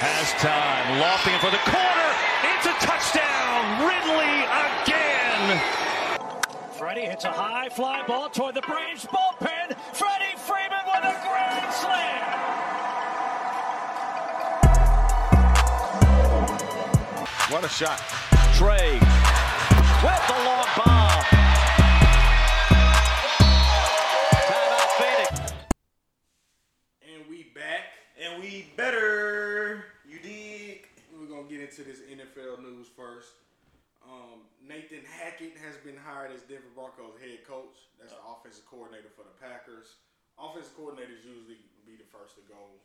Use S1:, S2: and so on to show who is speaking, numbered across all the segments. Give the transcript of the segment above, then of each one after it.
S1: has time. Lofting it for the corner. It's a touchdown. Ridley again.
S2: Freddie hits a high fly ball toward the Braves bullpen. Freddie Freeman with a grand slam.
S3: What a shot.
S1: Trey with the long ball. Timeout Phoenix.
S4: And we back. And we better. You dig? We're going to get into this NFL news first. Um, Nathan Hackett has been hired as Denver Broncos head coach. That's the offensive coordinator for the Packers. Offensive coordinators usually be the first to go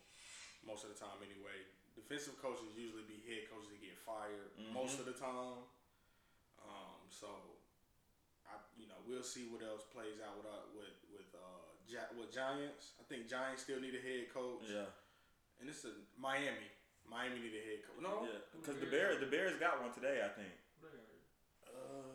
S4: most of the time anyway. Defensive coaches usually be head coaches that get fired
S5: Mm-hmm.
S4: most of the time. Um, so, I, you know, we'll see what else plays out with uh, with with, uh, Gi- with Giants. I think Giants still need a head coach.
S5: Yeah,
S4: And it's a Miami. Miami need a head coach. No,
S5: yeah. Because the Bears, the Bears got one today, I think.
S6: Uh,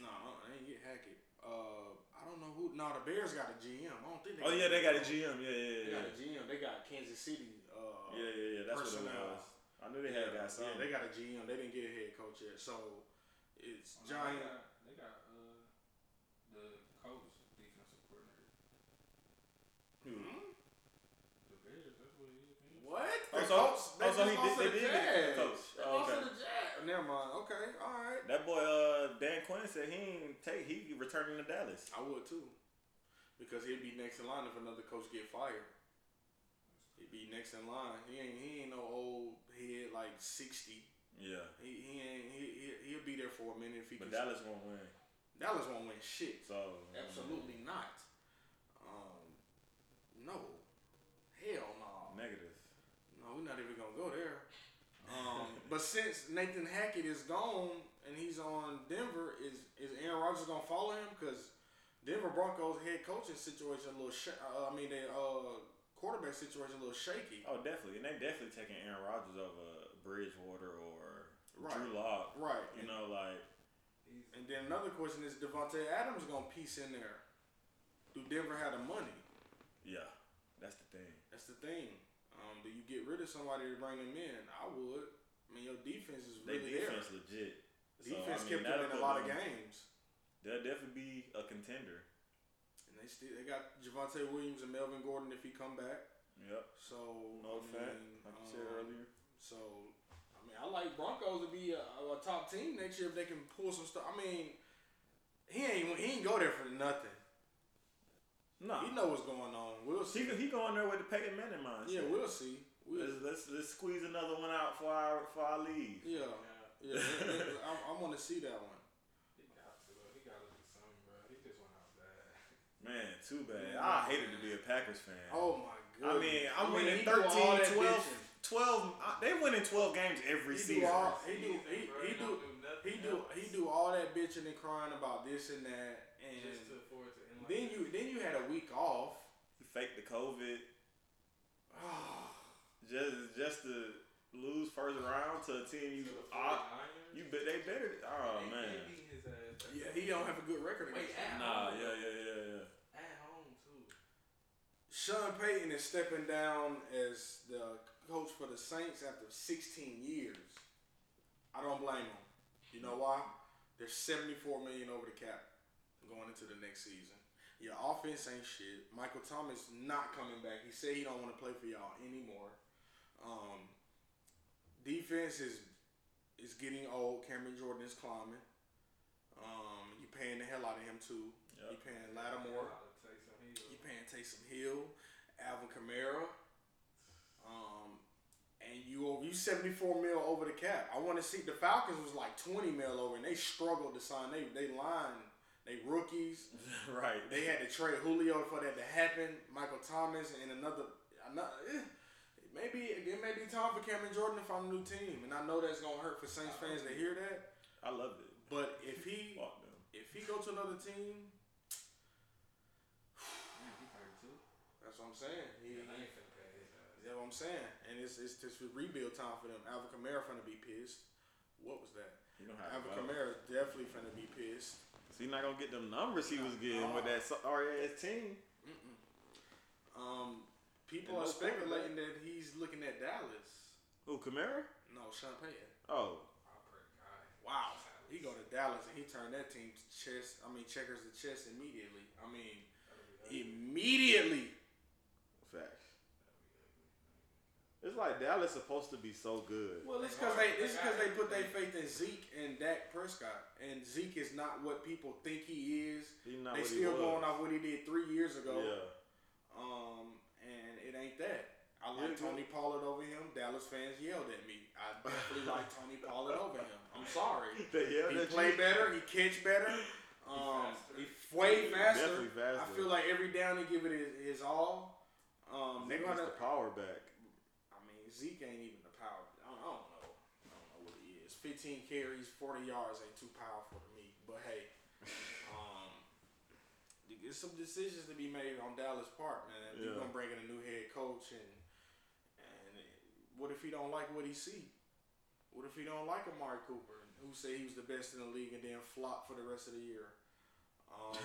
S4: no, I ain't get Hackett. Uh, I don't know who. No, the Bears got a GM. I don't think.
S5: Oh yeah, they got a
S4: GM.
S5: GM. Yeah, yeah,
S4: They
S5: yeah.
S4: got a GM. They got Kansas City. Uh,
S5: Yeah, yeah, yeah. That's what it
S4: personnel.
S5: was. I knew they had
S4: yeah,
S5: got something.
S4: they got a GM. They didn't get a head coach yet. So it's Giant.
S6: Oh, They got uh, the coach defensive coordinator.
S4: Hmm?
S6: The Bears, that's what it is. man.
S4: What?
S5: Oh,
S4: They
S5: so-
S4: lost-
S5: oh, so
S4: just
S5: he
S4: lost
S5: did-
S4: to
S5: they
S4: the
S5: did get the
S4: Jazz.
S5: coach.
S4: They
S5: Oh,
S4: lost to
S5: okay.
S4: the Jazz. Never mind. Okay. All right.
S5: That boy uh, Dan Quinn said he ain't take he returning to Dallas.
S4: I would too, because he'd be next in line if another coach get fired. He'd be next in line. He ain't he ain't no old head like sixty.
S5: Yeah,
S4: He he ain't he he- he'll be there for a minute if he
S5: but
S4: can.
S5: Dallas won't win.
S4: Dallas won't win shit.
S5: So I mean,
S4: Absolutely not. Um, no, hell no.
S5: negative.
S4: No, we're not even gonna go there. Um, but since Nathan Hackett is gone and he's on Denver, is is Aaron Rodgers gonna follow him? Because Denver Broncos head coaching situation a little, sh- uh, I mean, their uh, quarterback situation a little shaky.
S5: Oh, definitely, and they definitely taking Aaron Rodgers over Bridgewater or
S4: Right.
S5: Drew Lock.
S4: Right.
S5: You know, like
S4: And then another question is Devontae Adams gonna piece in there? Do Denver have the money?
S5: yeah, that's the thing.
S4: That's the thing. Um, do you get rid of somebody to bring them in? I would. I mean, your defense is
S5: They
S4: really
S5: defense
S4: there.
S5: legit. So, I
S4: Defense
S5: mean,
S4: kept
S5: that'll
S4: them in a
S5: put
S4: lot of
S5: them-
S4: games,
S5: They'll definitely be a contender.
S4: and they still they got Javante Williams and Melvin Gordon if he come back.
S5: Yep.
S4: So
S5: No
S4: I
S5: fact,
S4: mean,
S5: like you said
S4: um,
S5: earlier.
S4: So I mean, I like Broncos to be a, a top team next year if they can pull some stuff. I mean, he ain't he ain't go there for nothing.
S5: No,
S4: He know what's going on. We'll
S5: he
S4: see.
S5: go- he going there with the Peyton Manning mindset.
S4: yeah, we'll see. We'll,
S5: Let's, let's let's squeeze another one out for our for our leave.
S4: yeah, yeah. I, I want to see that one.
S6: He got to, though. He got to do something, bro. He just went out bad.
S5: Man, too bad. I hated to be a Packers fan.
S4: Oh my god!
S5: I mean, I'm winning
S4: he do all
S5: 13,
S4: that
S5: 12,
S4: bitching.
S5: 12. I, they winning 12 games every
S4: He do
S5: season.
S4: all he do
S6: Season, bro,
S4: he, he
S6: he
S4: do
S6: don't do nothing
S4: he do
S6: else.
S4: he do all that bitching and crying about this and that,
S6: Just to
S4: and
S6: afford to end like
S4: then
S6: that.
S4: you then you had a week off.
S5: He faked the COVID just just to lose first round to a team you
S6: To the
S5: I,
S6: 49ers?
S5: you bet they better. Oh
S6: They- they
S5: man.
S6: beat his ass.
S4: yeah, he don't have a good record.
S6: Wait,
S4: Against him.
S6: at
S5: Nah,
S6: home,
S5: yeah, yeah, yeah, yeah.
S6: At home too.
S4: Sean Payton is stepping down as the coach for the Saints after 16 years. I don't blame him. You know why? They're 74 million over the cap going into the next season. Your offense ain't shit. Michael Thomas not coming back. He said he don't want to play for y'all anymore. Um, defense is is getting old. Cameron Jordan is climbing. Um, you paying the hell out of him too.
S5: Yep.
S4: You paying Lattimore.
S6: I'll take some heels.
S4: You paying Taysom Hill, Alvin Kamara, um, and you you seventy four mil over the cap. I want to see the Falcons was like twenty mil over, and they struggled to sign. They they line they rookies.
S5: right.
S4: They had to trade Julio for that to happen. Michael Thomas and another. another eh, Maybe it may be time for Cameron Jordan to find a new team, and I know that's gonna hurt for Saints fans to hear that.
S5: I loved it.
S4: But if he
S5: Fuck them.
S4: if he go to another team,
S6: Man, he hurt too.
S4: that's what I'm saying. He,
S6: I ain't finna pay his ass.
S4: You know what I'm saying? And it's it's just rebuild time for them. Alvin Kamara finna be pissed. What was that?
S5: You don't have
S4: Alvin
S5: to vote.
S4: Kamara definitely finna be pissed.
S5: So you're not gonna get them numbers he was getting with that sorry ass team.
S4: Um, people are
S5: And no
S4: speculating that he's looking at Dallas.
S5: Who, Kamara?
S4: No, Sean Payton.
S5: Oh,
S6: I pray to God.
S4: Wow. He go to Dallas and he turned that team chess. I mean, checkers to chess immediately. I mean, immediately.
S5: facts. It's like Dallas supposed to be so good.
S4: Well, it's because they it's because they put their faith in Zeke and Dak Prescott, and Zeke is not what people think he is.
S5: He not
S4: they
S5: what he
S4: still
S5: was.
S4: going off what he did three years ago.
S5: Yeah.
S4: Um, and it ain't that. I
S5: Yeah,
S4: like
S5: too.
S4: Tony Pollard over him. Dallas fans yelled at me. I definitely like Tony Pollard over him. I'm sorry.
S5: They yelled
S4: he
S5: at
S4: play
S5: you?
S4: better. He catch better. Um, he's way faster.
S5: Definitely faster.
S4: I feel like every down he give it his, his all. Um, they're
S5: Zeke is
S4: gonna.
S5: the power back.
S4: I mean, Zeke ain't even the power. I don't, I don't know. I don't know what he is. 15 carries, 40 yards ain't too powerful to me. But hey, um, there's some decisions to be made on Dallas Park, man. If You're
S5: Yeah.
S4: gonna bring in a new head coach, and and what if he don't like what he see? What if he don't like Amari Cooper, who said he was the best in the league, and then flop for the rest of the year? Um,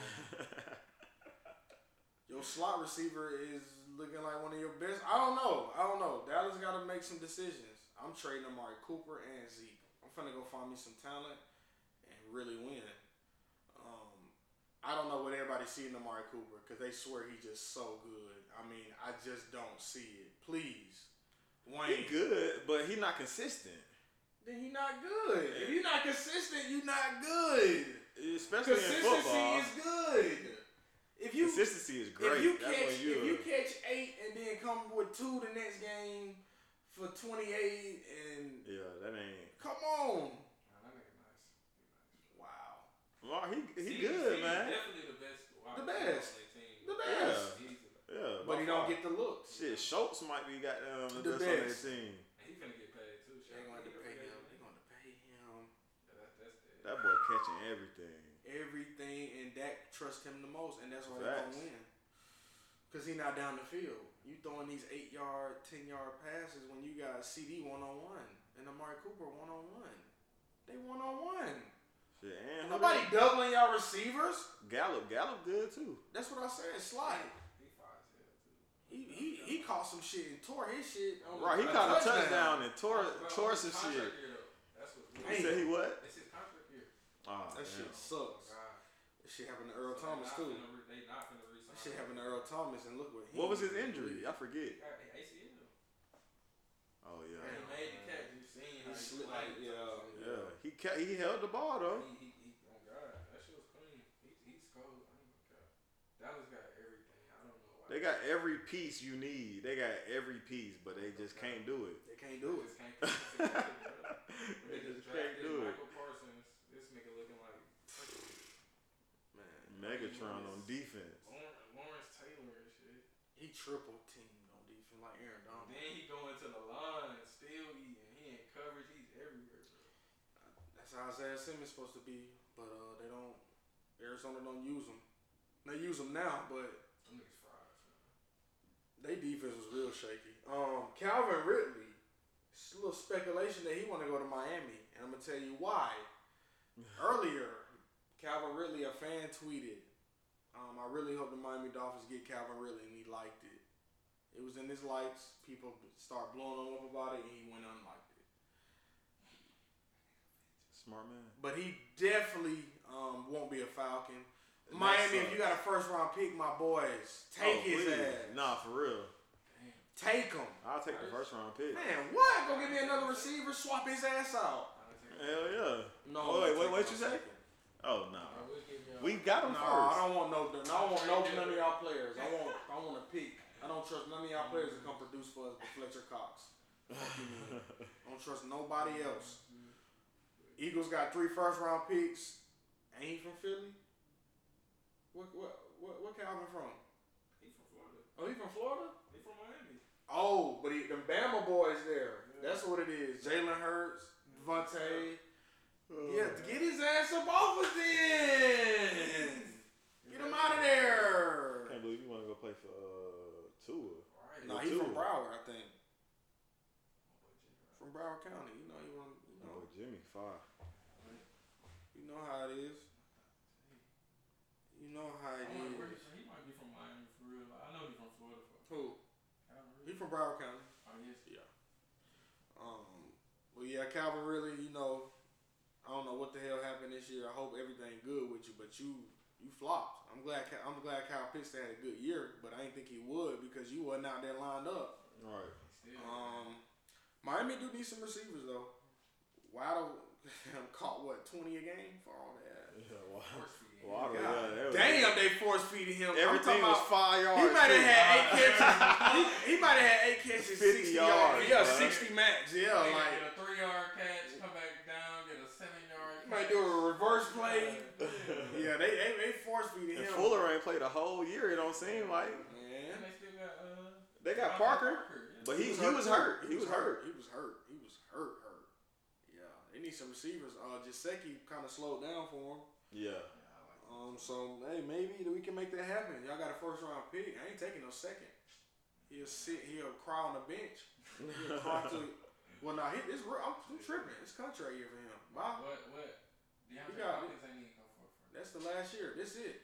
S4: your slot receiver is looking like one of your best. I don't know. I don't know. Dallas got to make some decisions. I'm trading Amari Cooper and Zeke. I'm finna go find me some talent and really win. Um, I don't know what everybody's seeing Amari Cooper because they swear he's just so good. I mean, I just don't see it. Please,
S5: He
S4: Wayne.
S5: good, but he not consistent.
S4: Then he not good. If you're not consistent, you not good.
S5: Especially in
S4: Consistency
S5: football.
S4: is good. If you
S5: consistency is
S4: If
S5: great.
S4: you
S5: That's
S4: catch
S5: when you, uh,
S4: if you catch eight and then come with two the next game for twenty eight and
S5: yeah, that ain't.
S4: come on.
S6: Nah, that nigga nice. He nice.
S4: Wow.
S5: Well, he he
S6: Zeke-
S5: good,
S6: Zeke
S5: man.
S6: Definitely the best. wide
S4: The
S6: receiver
S4: best.
S6: on their team.
S4: The best.
S6: He's the best.
S5: Yeah,
S4: But he
S5: by
S4: don't
S5: far.
S4: get the looks.
S5: Shit, Schultz might be goddamn the,
S4: The
S5: best,
S4: best.
S5: on that team.
S6: And he finna get paid too.
S4: They
S6: Shaq.
S4: gonna have to pay him. They
S6: Yeah,
S4: gonna have to pay him
S6: that, that's it.
S5: That boy catching everything.
S4: everything and Dak trust him the most and that's why they gonna
S5: Facts.
S4: win. Cause he not down the field. You throwing these eight yard, ten yard passes when you got CD one on one and Amari Cooper one on one. They one on one.
S5: Shit, and who
S4: Nobody
S5: that-
S4: doubling y'all receivers.
S5: Gallup, Gallup good too.
S4: That's what I said. Slide.
S6: He fine as hell too.
S4: He, he, he caught some shit and tore his shit. on
S5: Right, he caught a touchdown and tore
S6: But
S5: tore
S6: it's
S5: some
S6: his
S5: shit.
S6: contract year, though. That's what.
S5: He said he what?
S6: It's his contract year.
S5: Oh,
S4: That
S5: damn.
S4: shit
S6: Oh,
S4: sucks.
S6: God.
S4: That shit happened to Earl
S6: So they
S4: Thomas
S6: not
S4: too.
S6: finna re- They not finna resign.
S4: That shit happened to Earl Thomas and look what he.
S5: What was his injury? I forget.
S6: He got ACL.
S5: Oh
S6: He
S5: yeah,
S6: made the catch. You seen how
S4: He
S6: he
S4: slipped
S6: played.
S4: like- yeah.
S5: yeah. He ca- he held the ball though.
S6: He, he, he, oh God, that shit was clean. He, he's cold. Oh my God, Dallas got everything. I don't know why.
S5: They got every piece you need. They got every piece, but they just can't do it.
S4: They can't do it.
S6: Just can't keep it together, bro.
S5: they
S6: They
S5: just
S6: just
S5: can't
S6: drafted
S5: do it.
S6: Michael Parsons. This nigga looking like fucking
S4: Man,
S5: Megatron on defense.
S6: Lawrence, Lawrence Taylor and shit.
S4: he triple teamed on defense like Aaron Donald.
S6: Then he going to the line, still eating. He in coverage. He's everywhere. Bro.
S4: That's how Isaiah Simmons supposed to be, but uh, they don't. Arizona don't use him. They use him now, but
S6: Them niggas fried. son.
S4: They defense was real shaky. Um, Calvin Ridley, it's a little speculation that he want to go to Miami, and I'm gonna tell you why. Earlier, Calvin Ridley, a fan tweeted, um, "I really hope the Miami Dolphins get Calvin Ridley," and he liked it. It was in his likes. People start blowing him up about it, and he went unliked it.
S5: Smart man.
S4: But he definitely um, won't be a Falcon.
S5: That
S4: Miami, if
S5: sucks.
S4: you got a first round pick, my boys, take
S5: Oh,
S4: his
S5: please.
S4: ass.
S5: Nah, for real.
S4: Take him.
S5: I'll take the first round pick.
S4: Man, what? Go get me another receiver, swap his ass out.
S6: I don't think-
S5: Hell yeah.
S4: No.
S5: Oh, wait, wait,
S4: take
S5: what
S4: him.
S5: you say? Oh no.
S6: I would give y'all-
S5: We got
S4: No,
S5: him
S4: I
S5: first.
S4: don't want no, no, I don't want no none of y'all players. I want, I want a pick. I don't trust none of y'all players to come produce for us, but Fletcher Cox. Fuck you, man. I don't trust nobody else. Eagles got three first round picks. Ain't he from Philly? What, what, what, what Calvin from?
S6: He from Florida.
S4: Oh, he from Florida?
S6: He from Miami.
S4: Oh, but he, the Bama boys there. That's what it is. Jalen Hurts, Devontae.
S5: Oh.
S4: Yeah, get his ass up off of then. Get him out of
S5: I
S4: there.
S5: can't believe you want to go play for uh, Tua.
S6: Right.
S4: No,
S5: Nah,
S4: he
S5: Tua.
S4: from Broward, I think. From Broward County, you know you want, you
S5: That
S4: know,
S5: boy Jimmy fire.
S4: you know how it is. You know how it
S6: I wonder where
S4: is.
S6: he from. He might be from Miami for real. I know he's from Florida. For
S4: Who?
S6: Calvin
S4: He
S6: Ridley.
S4: from Broward County.
S6: Oh yes.
S4: Um, yeah, Calvin really, you know, I don't know what the hell happened this year. I hope everything good with you, but you you flopped. I'm glad Cal- I'm glad Kyle Pitts had a good year, but I didn't think he would because you wasn't out there lined up.
S5: Right.
S4: Um, Miami do need some receivers though. Waddle caught what twenty a game for all that.
S5: Yeah, Waddle. Waddle, Oh, yeah, that was-
S4: Damn, they force feeding him. I'm
S5: Everything
S4: talking
S5: was
S4: about-
S5: five yards.
S4: He might
S5: too.
S4: have had eight catches. he, he might have had eight catches,
S5: 50
S4: sixty yards.
S5: yards,
S4: Yeah,
S5: bro.
S4: sixty max. Yeah,
S6: Nigga
S4: like
S6: get a three yard catch, come back down, get a seven yard.
S4: he might do a reverse play. yeah, they they, they force feeding him.
S5: And Fuller ain't played a whole year. It don't seem like
S4: Man.
S6: And they still got uh.
S5: they got
S4: Uh-huh.
S5: Parker,
S6: Devontae yeah.
S5: but he he was hurt. He was hurt.
S4: He was hurt. He was hurt. Hurt. Yeah, they need some receivers. Uh, Jaceki kind of slowed down for him.
S5: Yeah.
S4: Um, so hey, maybe we can make that happen. Y'all got a first round pick. I ain't taking no second. He'll sit. He'll cry on the bench. He'll cry to. Well, now nah, he- it's real. I'm, I'm tripping. It's contract year for him. Bye.
S6: What what? DeAndre
S4: got it.
S6: Hopkins ain't even go for it. for-
S4: That's the last year. This it.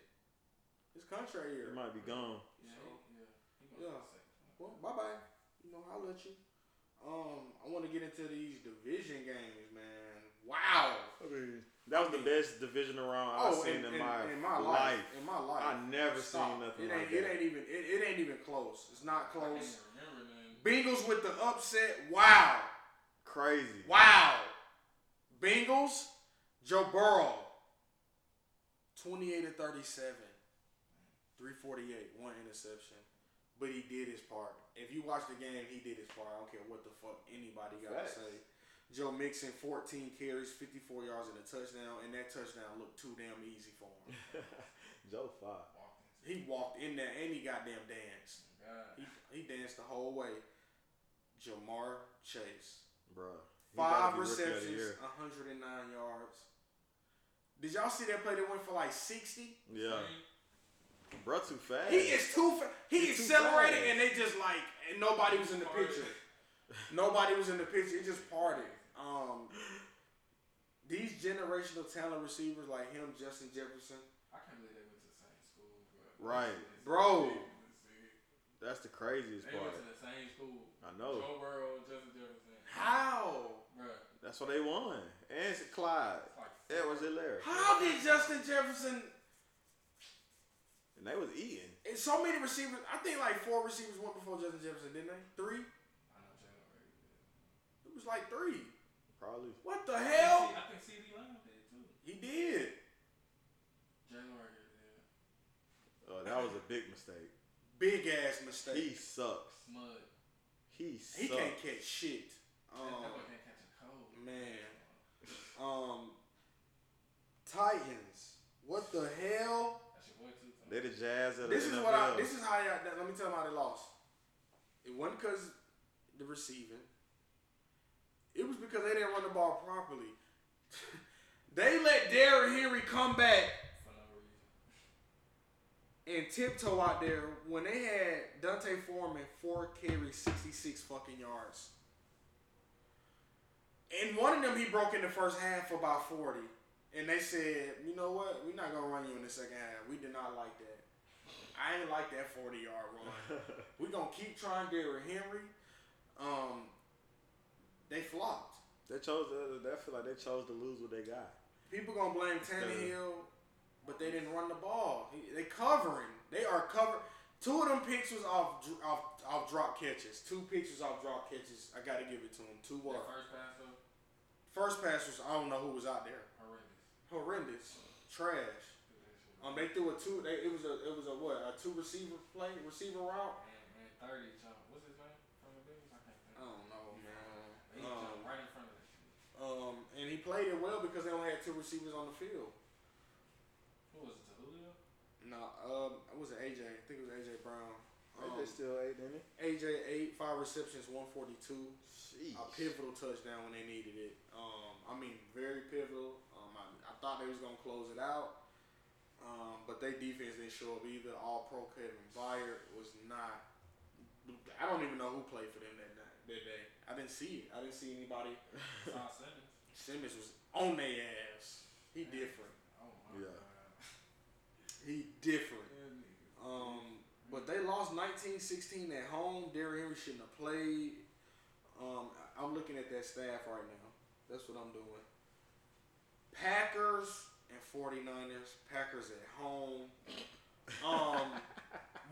S4: It's contract
S5: He
S4: year.
S5: might be gone.
S6: Yeah,
S4: So-
S6: he- yeah. He gonna
S4: Yeah.
S6: go second.
S4: Well, bye bye. You know, I'll let you. Um, I want to get into these division games, man. Wow. Oh,
S5: I mean, that was the best division round I've seen in, my life.
S4: In my life.
S5: I never
S4: Stop.
S5: seen nothing
S4: it
S5: like
S4: ain't, It
S5: that.
S4: ain't even. It, it ain't even close. It's not
S6: I can't
S4: close.
S6: even remember them.
S4: Bengals with the upset. Wow.
S5: Crazy.
S4: Wow. Bengals, Joe Burrow. 28 to 37. 348, one interception. But he did his part. If you watch the game, he did his part. I don't care what the fuck anybody got
S5: Facts.
S4: to say. Joe Mixon, 14 carries, 54 yards, and a touchdown. And that touchdown looked too damn easy for him.
S5: Joe Five.
S6: Hopkins.
S4: He walked in there and he goddamn danced.
S6: God.
S4: He, he danced the whole way. Jamar Chase.
S5: Bruh. He gotta
S4: Five
S5: be rookie of the
S4: receptions,
S5: year.
S4: 109 yards. Did y'all see that play that went for like 60?
S5: Yeah. Bruh too fast.
S4: He is too fa- he
S5: He's too
S4: accelerated
S5: fast.
S4: and they just like and nobody was in the
S6: Parted.
S4: picture. nobody was in the picture. It just parted. Um these generational talent receivers like him, Justin Jefferson.
S6: I can't believe they went to the same school. But
S5: Right.
S4: Bro.
S5: That's the craziest
S6: They
S5: part.
S6: went to the same school.
S5: I know.
S6: Joe Burrow and Justin Jefferson.
S4: How?
S6: Bruh.
S5: That's what they won. And it's Clyde.
S6: Like,
S5: Edwards Hilaire.
S4: How did Justin Jefferson
S5: And they was eating.
S4: and so many receivers I think like four receivers went before Justin Jefferson, didn't they? Three?
S6: I know Jalen Hurts
S4: It
S6: did.
S4: was like three.
S5: Probably.
S4: What the
S6: I think
S4: hell?
S6: C- I think CD Lamb did too.
S4: He did.
S6: Jalen Hurts did.
S5: Uh, that was a big mistake.
S4: Big ass mistake.
S5: He sucks.
S6: Smud.
S5: He sucks.
S4: He can't catch shit.
S6: that
S4: Um,
S6: boy can't catch a cold.
S4: man. um, Titans. What the hell?
S6: That's your boy too.
S5: They the Jazz of the
S4: This is
S5: NFL.
S4: what I. This is how y'all. Let me tell them how they lost. It wasn't because the receiving. It was because they didn't run the ball properly. they let Derrick Henry come back
S6: For no reason.
S4: and tiptoe out there when they had Dante Foreman four carries, sixty six fucking yards. And one of them he broke in the first half for about forty, and they said, you know what, we're not gonna run you in the second half. We did not like that. I ain't like that forty yard run. we gonna keep trying Derrick Henry. Um, they flopped.
S5: they chose. The, I feel like they chose to lose what they got.
S4: People gonna blame Tannehill, but they didn't run the ball. He- They covering. They are covering. Two of them picks was off dr- off off drop catches. Two picks was off drop catches. I gotta give it to them. Two
S6: Their
S4: were
S6: first pass though,
S4: first pass was I don't know who was out there.
S6: horrendous.
S4: Horrendous, trash. Um, they threw a two. They, it was a it was a what a two receiver play receiver route.
S6: Man, man, thirty jump. What's his name from the Bills? I can't think.
S4: I don't know,
S6: He
S4: man. Um,
S6: jumped right in front of the shit.
S4: um, and he played it well because they only had two receivers on the field.
S6: Who was it? Julio?
S4: No, um, was it AJ? I think it was AJ Brown. Um,
S5: they still eight, didn't it?
S4: AJ eight five receptions, one forty two.
S5: Jeez.
S4: A pivotal touchdown when they needed it. Um, I mean, very pivotal. Um, I, I thought they was gonna close it out, um, but their defense didn't show up either. All pro Kevin Byard was not. I don't even know who played for them that night. That day, I didn't see it. I didn't see anybody.
S6: Five seconds.
S4: Simmons was on their ass. He different.
S6: Oh my
S5: Yeah.
S6: god.
S4: He different.
S6: Yeah, nigga.
S4: Um, but they lost 19-16 at home. Derrick Henry shouldn't have played. Um, I- I'm looking looking at that staff right now. That's what I'm doing. Packers and 49ers. Packers at home. Um,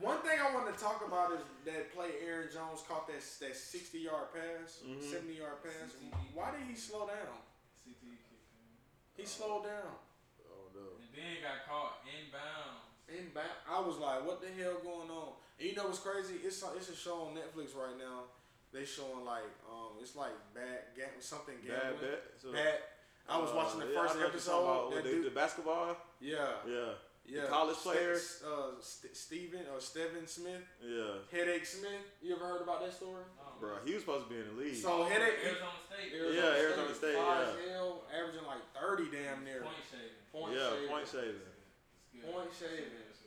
S4: one thing I want to talk about is that play Aaron Jones caught that that 60 yard pass, 70 yard pass.
S6: 60.
S4: Why did he slow down?
S6: CTE kicked him.
S4: He slowed down.
S5: Oh no.
S6: And then got caught inbounds.
S4: And back, I was like, "What the hell going on?" And you know what's crazy? It's a, it's a show on Netflix right now. They showing like um, it's like bad ga- something
S5: Bad
S4: gambling.
S5: bet. So,
S4: Bad- I was
S5: uh,
S4: watching the
S5: yeah, I
S4: first
S5: know what you're talking about
S4: episode.
S5: with
S4: That
S5: the,
S4: dude,
S5: the basketball.
S4: yeah,
S5: Yeah.
S4: yeah,
S5: college
S4: Ste-
S5: player?
S4: uh, St- Steven or Steven Smith,
S5: Yeah.
S4: Headache Smith. You ever heard about that story?
S6: No.
S5: Bro, he was supposed to be in the league.
S4: So headache.
S6: Arizona State.
S5: Yeah, Arizona State,
S4: fly
S5: yeah.
S4: as hell, averaging like thirty damn near
S6: Point shaving.
S4: point
S5: yeah,
S4: shaving.
S5: point shaving.
S6: It's good.
S4: Point
S6: It's
S4: shaving.
S6: good. It's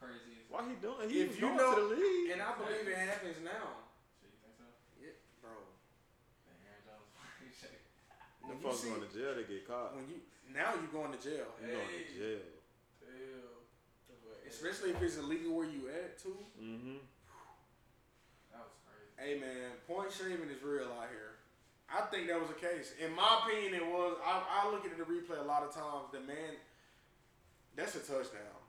S6: Crazy. as-
S5: Why he doing? He
S4: If
S5: was
S4: you
S5: going
S4: know-
S5: to the league.
S4: And I believe it happens now,
S6: Shit, you think so?
S4: yeah, bro.
S6: Dang, Aaron Jones. Point shaving.
S5: Them
S4: When you
S5: folks
S4: see,
S5: going to jail. They get caught.
S4: when you now you going to jail.
S5: You going to
S6: Hey.
S5: jail.
S6: Damn. That's what-
S4: Especially if it's illegal where you at too.
S5: Mm-hmm.
S6: That was crazy.
S4: Hey man, point shaving is real out here. I think that was the case. In my opinion, it was. I, I look at the replay a lot of times. The man, that's a touchdown.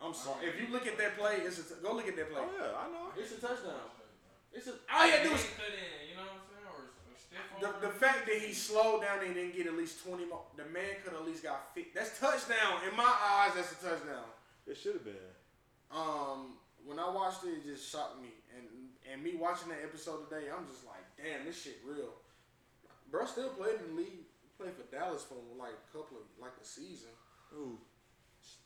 S4: I'm sorry. If you look at that play, it's a t- go look at that play.
S5: Oh yeah, I know.
S4: It's a touchdown.
S6: All
S4: It's a all you had to do
S6: do
S4: was
S6: cut in, you know what I'm saying? Or, or stiff
S4: the,
S6: arm.
S4: the fact that he slowed down and didn't get at least twenty more. The man could at least got fit. That's touchdown in my eyes. That's a touchdown.
S5: It should have been.
S4: um when I watched it, it just shocked me, and and me watching that episode today, I'm just like, damn, this shit real. Bro still played in the league, played for Dallas for like a couple of like a season.
S5: Ooh.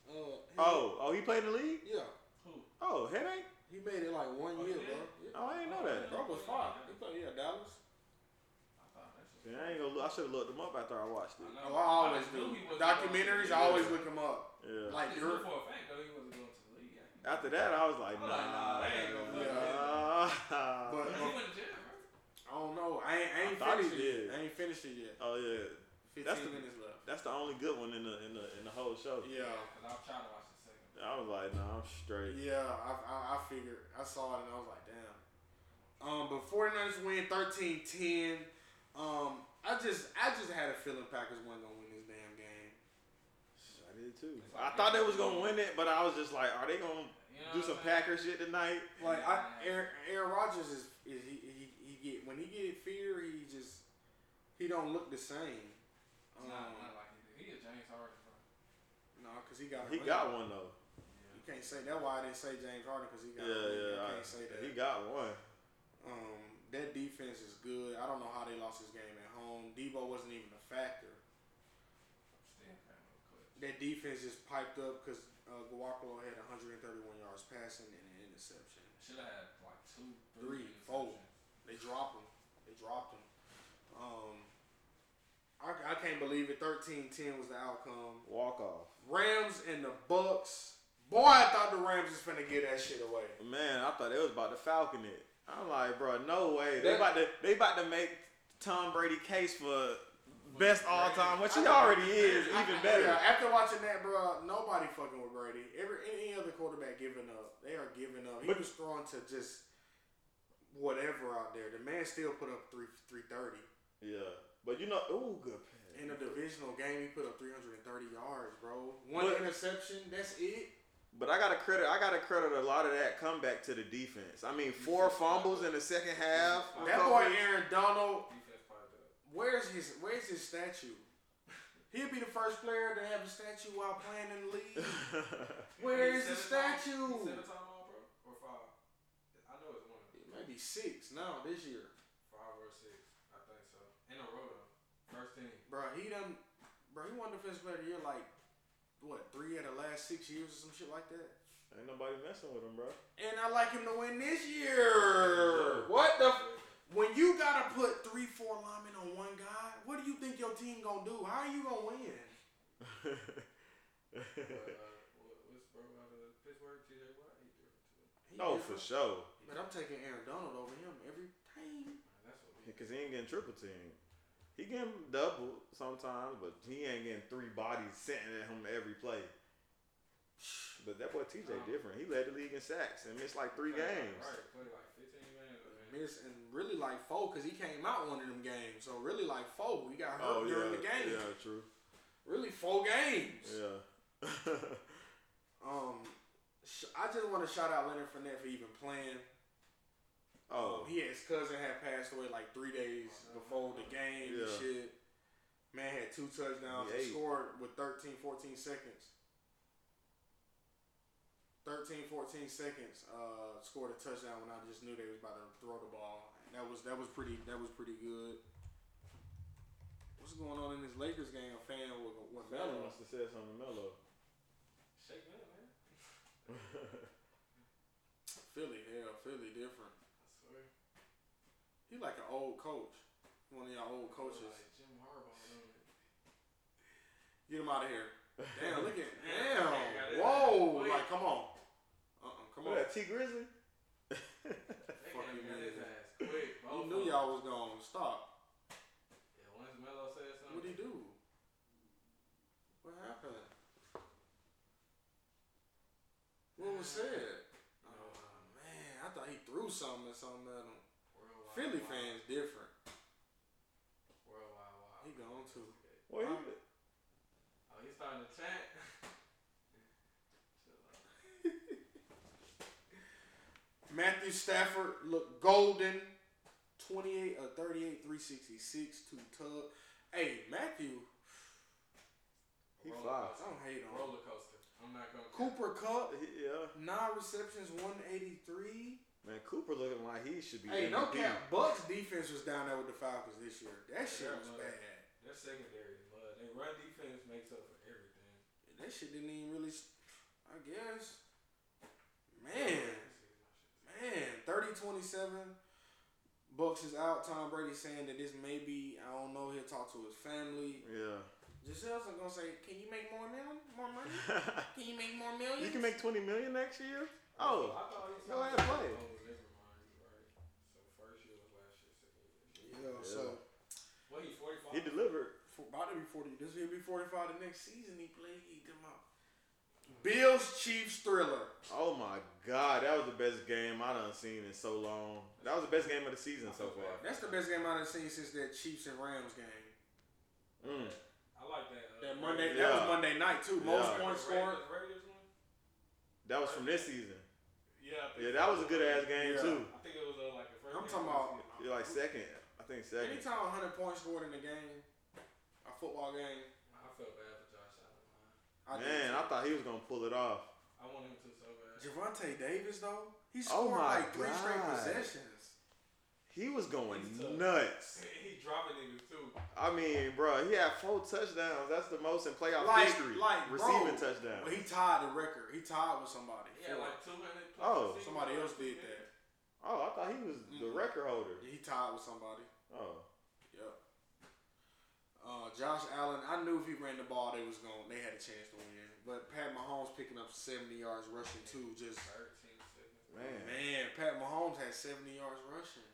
S4: Uh, he-
S5: Oh, oh, he played in the league.
S4: yeah,
S6: Who?
S5: Oh, headache.
S4: he made it like one
S6: Oh,
S4: year,
S6: yeah?
S4: bro.
S5: Oh, I didn't know that.
S4: Yeah. Bro was fire. He played yeah Dallas.
S6: I thought that shit.
S5: Man, I ain't gonna. Look, I should have looked him up after I watched
S6: I
S5: it.
S6: know.
S4: Oh, I always
S6: just
S4: do
S6: knew he wasn't going
S4: documentaries.
S6: to
S4: I
S6: the
S4: always
S6: league.
S4: look him up.
S5: Yeah.
S6: I
S4: Like
S6: just knew
S4: you're
S6: for a fact though he wasn't going to the league. I knew.
S5: After that, I was like, nah.
S6: I'm like, nah, I ain't gonna look
S5: nah.
S4: But- uh,
S6: He went to jail, right?
S4: I don't know. I ain't, I ain't
S5: I thought he
S4: finished it.
S5: did.
S4: I ain't finished it yet.
S5: oh yeah, That's
S4: Fifteen
S5: the-
S4: minutes left.
S5: that's the only good one in the in the in the whole show.
S4: Yeah.
S6: Because I'm trying to watch the second.
S5: I was like, nah, I'm straight.
S4: Yeah, I, I, I figured. I saw it and I was like, damn. Um, but 49ers win 13-10. Um, I just I just had a feeling Packers wasn't gonna win this damn game.
S5: I did too. I thought they was gonna win it, but I was just like, are they gonna
S6: You know
S5: do
S6: what
S5: some
S6: I'm saying?
S5: Packer shit tonight?
S4: Like I Aaron, Aaron Rodgers is, is he, he he get when he get fear he just he don't look the same. Um,
S6: Nah, not like he did. He a James Harden, bro.
S4: no, cause he got a
S5: He
S4: ring.
S5: got one though.
S4: You can't say that's why I didn't say James Harden because he
S5: Yeah,
S4: got. a ring.
S5: yeah.
S4: I
S5: I-
S4: can't say that.
S5: He got one.
S4: Um, that defense is good. I don't know how they lost this game at home. Debo wasn't even a factor.
S6: Still kind of clutch.
S4: that defense just piped up because uh, Garoppolo had 131 yards passing and an interception.
S6: Should have had like two,
S4: Three, four. They dropped him. They dropped him. Um, I, I can't believe it. 13-10 was the outcome.
S5: Walk off.
S4: Rams and the Bucks. Boy, I thought the Rams was finna get that shit away.
S5: Man, I thought they was about to Falcon it. I'm like, bro, no way.
S4: That-
S5: They about to they about to make Tom Brady case for best all time, which he
S4: I-
S5: already is, even better.
S4: Yeah, after watching that, bro, nobody fucking with Brady. Every any other quarterback giving up, they are giving up. He
S5: But-
S4: was throwing to just whatever out there. The man still put up three three thirty.
S5: Yeah, but you know, ooh, good
S4: In a
S5: pass.
S4: divisional game, he put up 330 yards, bro. One
S5: But-
S4: interception, that's it.
S5: But I gotta credit, I gotta credit a lot of that comeback to the defense. I mean, four fumbles in the second half. a
S4: That
S5: couple-
S4: boy Aaron Donald,
S6: Defense piped up.
S4: where's his where's his statue? He'll be the first player to have a statue while playing in the league. Where
S6: He's
S4: is the
S6: seven time-
S4: statue?
S6: he's Seven time all, bro, or five? I know it's one. of them.
S4: It might be six now this year,
S6: Five or six, I think so. In a row though. First team.
S4: bro. He done, bro. He won defensive player of the year like what three out of the last six years or some shit like that.
S5: Ain't nobody messing with him, bro.
S4: And I like him to win this year. What the? F- when you gotta put three, four linemen on one guy, what do you think your team gonna do? How are you gonna win?
S6: But, uh, what, what's bro out of Pittsburgh? TJ Watt, he different too.
S4: He
S5: no, for
S4: different.
S5: sure,
S4: But I'm taking Aaron Donald over him every time.
S6: Man, that's what we.
S5: because he ain't getting triple team. He getting double sometimes, but he ain't getting three bodies sitting at him every play. But that boy TJ
S4: Uh-huh.
S5: different. He led the league in sacks and missed like three
S6: Play like-
S5: games.
S6: Right, play like 15 games. Man.
S4: Miss and really like four because he came out one of them games. So really like four. He got hurt
S5: Oh
S4: during
S5: yeah,
S4: the game.
S5: yeah, true.
S4: Really four games.
S5: Yeah.
S4: Um, sh- I just want to shout out Leonard Fournette for even playing.
S5: oh,
S4: He his cousin had passed away like three days before the game and
S5: Yeah.
S4: shit. Man had two touchdowns and
S5: He ate.
S4: scored with 13, 14 seconds. 13, 14 seconds. Uh, scored a touchdown when I just knew they was about to throw the ball. And that was that was pretty that was pretty good. What's going on in this Lakers game? A fan with with
S5: Mello
S4: Melo.
S5: must have said something. Mello.
S6: Shake me up, man.
S4: Philly, hell, Philly different.
S6: I swear.
S4: He like an old coach. One of y'all old coaches.
S6: Like Jim Harbaugh. don't it?
S4: Get him out of here. Damn, look at
S6: got
S4: damn.
S6: it.
S4: Whoa,
S6: Wait.
S4: like come on. Uh uh come on.
S5: What that T Grizzly?
S6: They
S4: Fuck
S6: gotta
S4: you,
S6: cut his
S4: man.
S6: ass quick.
S4: He
S6: both
S4: knew
S6: of 'em.
S4: y'all was gonna stop.
S6: Yeah, once Melo said something.
S4: What'd he do? What happened? What was said? Oh man, I thought he threw something or something at him.
S6: Worldwide
S4: Philly
S6: Wild.
S4: fans different.
S6: Worldwide Wild.
S4: He gone too.
S5: Well, he,
S6: Oh, he's starting to chant. Chill out.
S4: Matthew Stafford looked golden. uh, 28 or 38, 366, two tub. Hey, Matthew,
S5: he fly.
S6: Roller
S4: I don't hate on him.
S6: Roller coaster. I'm not gonna.
S4: Cooper Cup,
S5: He- yeah.
S4: nine receptions, 183.
S5: Man, Cooper looking like he should be.
S4: Hey, no
S5: MVP.
S4: cap. Bucks defense was down there with the Falcons this year. That shit
S6: Yeah,
S4: was
S6: man.
S4: bad.
S6: Their secondary is mud. They run defense makes up for everything.
S4: That shit didn't even really. s- I guess. Man, man, 30-27. Bucks is out. Tom Brady saying that this may be. I don't know. He'll talk to his family.
S5: Yeah.
S4: Giselle's gonna say, "Can you make more mil, more money? Can you make more millions?
S5: you can make twenty million next year. Oh,
S6: I thought he was
S5: Go ahead,
S6: talking
S5: play.
S6: about- Oh, never mind. You're right. So first year was last year, second year.
S4: Yeah, So
S6: What he 45?
S5: he delivered.
S4: for, about to be forty. This will be forty-five. The next season he played. He come out. Bills Chiefs thriller.
S5: Oh my God, that was the best game I done seen in so long. That was the best game of the season so far.
S4: That's the best game I've seen since that Chiefs and Rams game.
S5: Mm.
S6: I like that. Uh,
S4: That Monday.
S6: Raiders-
S4: That
S5: Yeah.
S4: was Monday night too. Most
S5: Yeah.
S4: points scored.
S6: Raiders- Raiders one?
S5: That was from this season.
S6: Yeah. I think
S5: Yeah, that was a good ass game
S4: Yeah.
S5: too.
S6: I think it was uh, like the first.
S4: I'm
S6: game
S4: talking
S6: of the
S4: about.
S6: season.
S5: You're like second, I think second.
S4: Anytime hundred points scored in a game, a football game.
S6: I felt bad for Josh Allen. man.
S4: I did
S5: Man,
S4: too.
S5: I thought he was gonna pull it off.
S6: I want him to so bad.
S4: Javante Davis though, he
S5: Oh
S4: scored
S5: my
S4: like three straight
S5: God.
S4: possessions.
S5: He was going
S6: He's tough.
S5: nuts.
S6: He, he dropping niggas too.
S5: I mean, bro, he had four touchdowns. That's the most in playoff
S4: Like,
S5: history.
S4: like
S5: receiving
S4: bro,
S5: touchdowns.
S4: Well, he tied the record. He tied with somebody.
S6: He had like 200 plus.
S5: Oh.
S6: receivers.
S4: Somebody else did that.
S5: oh, I thought he was the
S4: Mm-hmm.
S5: record holder.
S4: He tied with somebody.
S5: Oh,
S4: Yep. Uh, Josh Allen, I knew if he ran the ball, they was going. They had a chance to win. But Pat Mahomes picking up 70 yards rushing too. Just
S6: 13 seconds.
S5: man.
S4: man, Pat Mahomes had 70 yards rushing.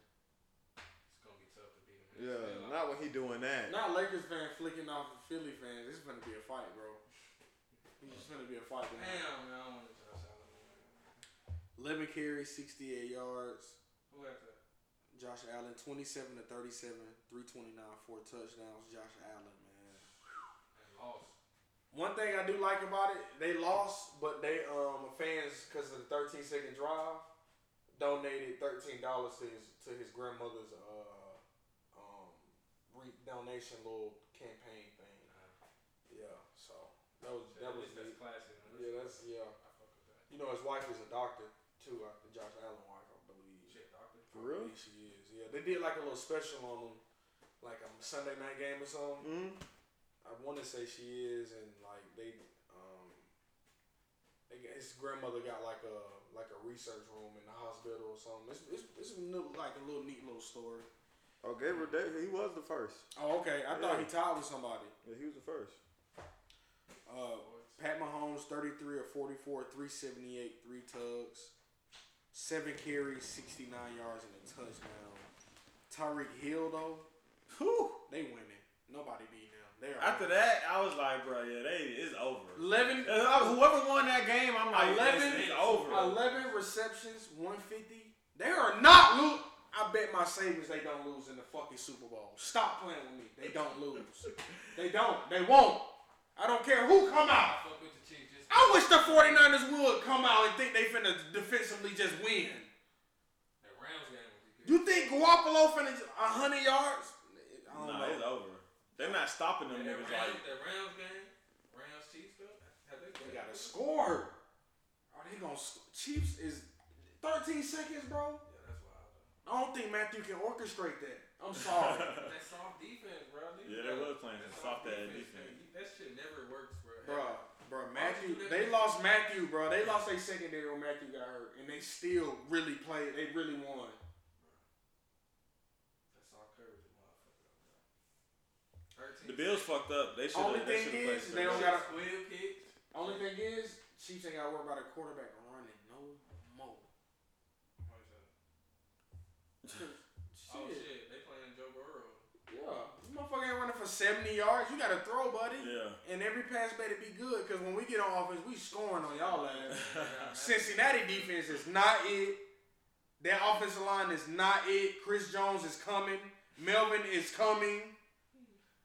S6: It's gonna be tough to beat him.
S5: Yeah,
S6: Still, I-
S5: not when he doing that.
S4: Not Lakers fan flicking off of Philly fans. This is gonna be a fight, bro. This is gonna be a fight. Man.
S6: Damn, man, I want to Josh Allen.
S4: 11
S6: Man.
S4: carries, 68 yards.
S6: Who had that?
S4: Josh Allen, 27 to 37, 329, four touchdowns. Josh Allen, man.
S6: And lost.
S4: One thing I do like about it, they lost, but they um fans because of the 13 second drive donated 13 dollars to his to his grandmother's uh um re- donation little campaign thing. Yeah, so that was that was
S6: that's
S4: neat.
S6: classic. Man.
S4: yeah that's yeah.
S6: I fuck with that.
S4: You know his wife is a doctor too, uh, Josh Allen wife I believe.
S6: Shit, doctor.
S5: For real?
S4: I believe she is. Yeah, they did like a little special on him, like a Sunday night game or something.
S5: Mm.
S4: I want to say she is, and like they, um, they, got- his grandmother got like a like a research room in the hospital or something. It's it's, it's a new, like a little neat little story.
S5: Oh, Gabriel Davis, he was the first.
S4: Oh, okay. I thought he
S5: Yeah.
S4: tied with somebody.
S5: Yeah, he was the first.
S4: Uh, Pat Mahomes, thirty three or forty four, three seventy eight, three tugs, seven carries, sixty nine yards, and a touchdown. Tyreek Hill though, whew, they winning. Nobody beating them. They are
S5: After that, I was like, bro, yeah, they it's over.
S4: eleven.
S5: And I was- Whoever won that game, I'm like,
S4: 11,
S5: it's, it's over.
S4: 11 receptions, 150. They are not lo- I bet my savings they don't lose in the fucking Super Bowl. Stop playing with me. They don't lose. they don't. They won't. I don't care who come out.
S6: Fuck with the Chiefs. Just
S4: I wish the 49ers would come out and think they finna defensively just win.
S6: that Rams game would be good.
S4: You think Garoppolo finna j- 100 yards? I don't
S5: No,
S4: know.
S5: it's over. They're not stopping them
S6: That
S5: niggas
S6: Rams,
S5: like
S6: that Rams game, Rams Chiefs though. Have they
S4: They
S6: played?
S4: gotta score. Are they gonna sc- Chiefs is 13 seconds, bro.
S6: Yeah, that's wild. though.
S4: I don't think Matthew can orchestrate that. I'm sorry.
S6: That soft defense, bro. Niggas
S5: Yeah, they
S6: gotta-
S5: was playing
S6: that
S5: some soft ass defense.
S6: man, you- That shit never works, bro.
S4: bro, bro, Matthew, they lost Matthew, bro. They lost their secondary when Matthew got hurt, and they still really played. They really won.
S6: That's all covered, the motherfucker. bro.
S5: the
S6: Thirteen.
S5: Bills fucked up. They should
S4: Only
S5: have.
S4: thing
S5: They should have played.
S4: is, they don't
S5: straight.
S4: got- gotta-
S6: squeal kick.
S4: Only thing is, Chiefs ain't gotta worry about a quarterback running no more.
S6: Oh
S4: Shit.
S6: shit, they playing Joe Burrow.
S4: Yeah, this motherfucker ain't running for 70 yards. You got to throw, buddy.
S5: Yeah.
S4: And every pass better be good because when we get on offense, we scoring on y'all ass. Cincinnati defense is not it. Their offensive line is not it. Chris Jones is coming. Melvin is coming.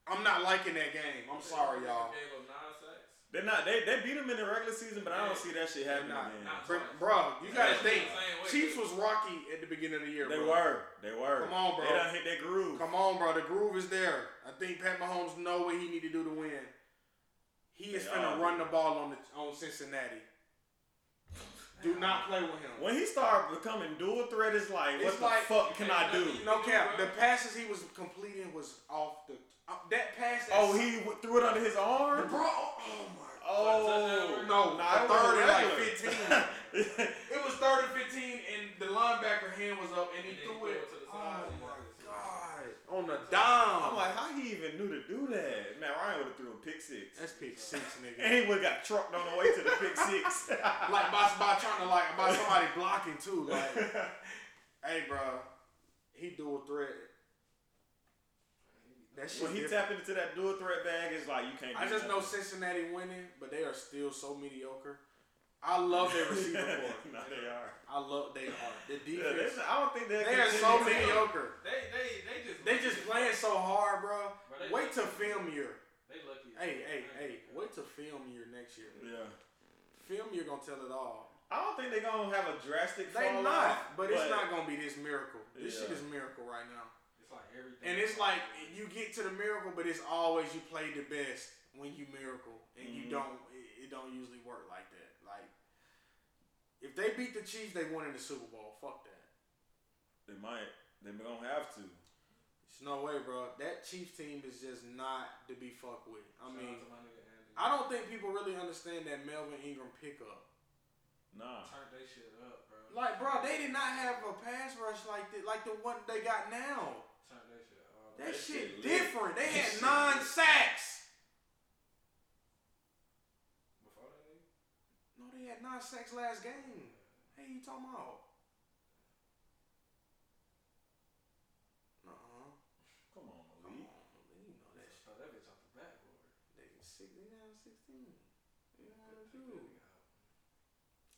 S4: I'm not liking that game. I'm sorry, y'all.
S6: They gave up nine sacks.
S5: They're not. They they beat them in the regular season, but I don't see that shit happening.
S4: Not,
S5: again.
S4: bro, bro, you gotta think.
S6: Same way.
S4: Chiefs was rocky at the beginning of the year.
S5: They
S4: bro.
S5: were. They were.
S4: Come on, bro.
S5: They done hit that groove.
S4: Come on, bro. The groove is there. I think Pat Mahomes know what he need to do to win. He is
S5: They
S4: finna
S5: all
S4: run
S5: do.
S4: the ball on the on Cincinnati. Do not play with him.
S5: When he started becoming dual threat, it's like, what
S4: It's
S5: the
S4: like-
S5: fuck can I do?
S4: No cap. The passes he was completing was off the uh, that pass. that-
S5: Oh, he w- threw it under his
S4: bro.
S5: arm.
S4: Oh my.
S5: Oh
S4: No, a
S5: nah, that was
S4: third and like
S5: regular.
S4: 15. It was third and fifteen, and the linebacker hand was up, and he
S6: And then
S4: threw
S6: he
S4: it.
S6: threw it to the
S4: Oh
S6: side.
S4: my god! On the dime.
S5: I'm like, how he even knew to do that? Man, Ryan would have threw a pick six,
S4: that's pick six, nigga.
S5: and he would have got trucked on the way to the pick six.
S4: like by, by trying to like by somebody blocking too. Like, hey, bro, he dual threat. That shit.
S5: when he
S4: different.
S5: tapping into that dual threat bag, it's like you can't.
S4: I
S5: do
S4: just know
S5: nothing.
S4: Cincinnati winning, but they are still so mediocre. I love their receiver core.
S5: nah, they are.
S4: I love they are the
S5: Yeah, they,
S4: defense.
S5: I don't think they're.
S4: They are so mediocre.
S6: They they they just
S4: Oh They just playing so hard, bro. Wait till film year.
S6: They lucky. as
S4: Hey,
S6: fuck.
S4: hey,
S6: They
S4: hey.
S6: lucky.
S4: Wait till film year next year.
S5: Yeah.
S4: Film year gonna tell it all.
S5: I don't think they're gonna have a
S4: They
S5: drastic. fall off,
S4: not, but it's not gonna be this miracle. This shit
S5: Yeah.
S4: is miracle right now.
S6: It's like everything.
S4: And it's like you get to the miracle, but it's always you play the best when you miracle, and you
S5: Mhm.
S4: don't. It, it don't usually work like that. Like if they beat the Chiefs, they won in the Super Bowl. Fuck that.
S5: They might. They gonna have to.
S4: There's no way, bro. That Chiefs team is just not to be fucked with. I
S6: Shout out
S4: mean,
S6: to my nigga Andy.
S4: I don't think people really understand that Melvin Ingram pickup.
S5: Nah.
S6: turned they shit up, bro.
S4: Like, bro, they did not have a pass rush like the, like the one they got now.
S6: Turned they shit up.
S4: That,
S5: That
S4: shit,
S5: shit lit.
S4: different. They
S5: That
S4: had
S5: shit
S4: nine
S5: lit.
S4: sacks.
S6: Before that nigga,
S4: No, they had nine sacks last game. Hey, you talking about? Uh-uh.
S5: Come on,
S4: Come on,
S5: Malik.
S4: man. You know that
S6: that's-
S4: shit.
S6: oh, that bitch off the backboard.
S4: They six, they down sixteen. You know what to
S6: Took
S4: do.
S6: that nigga out.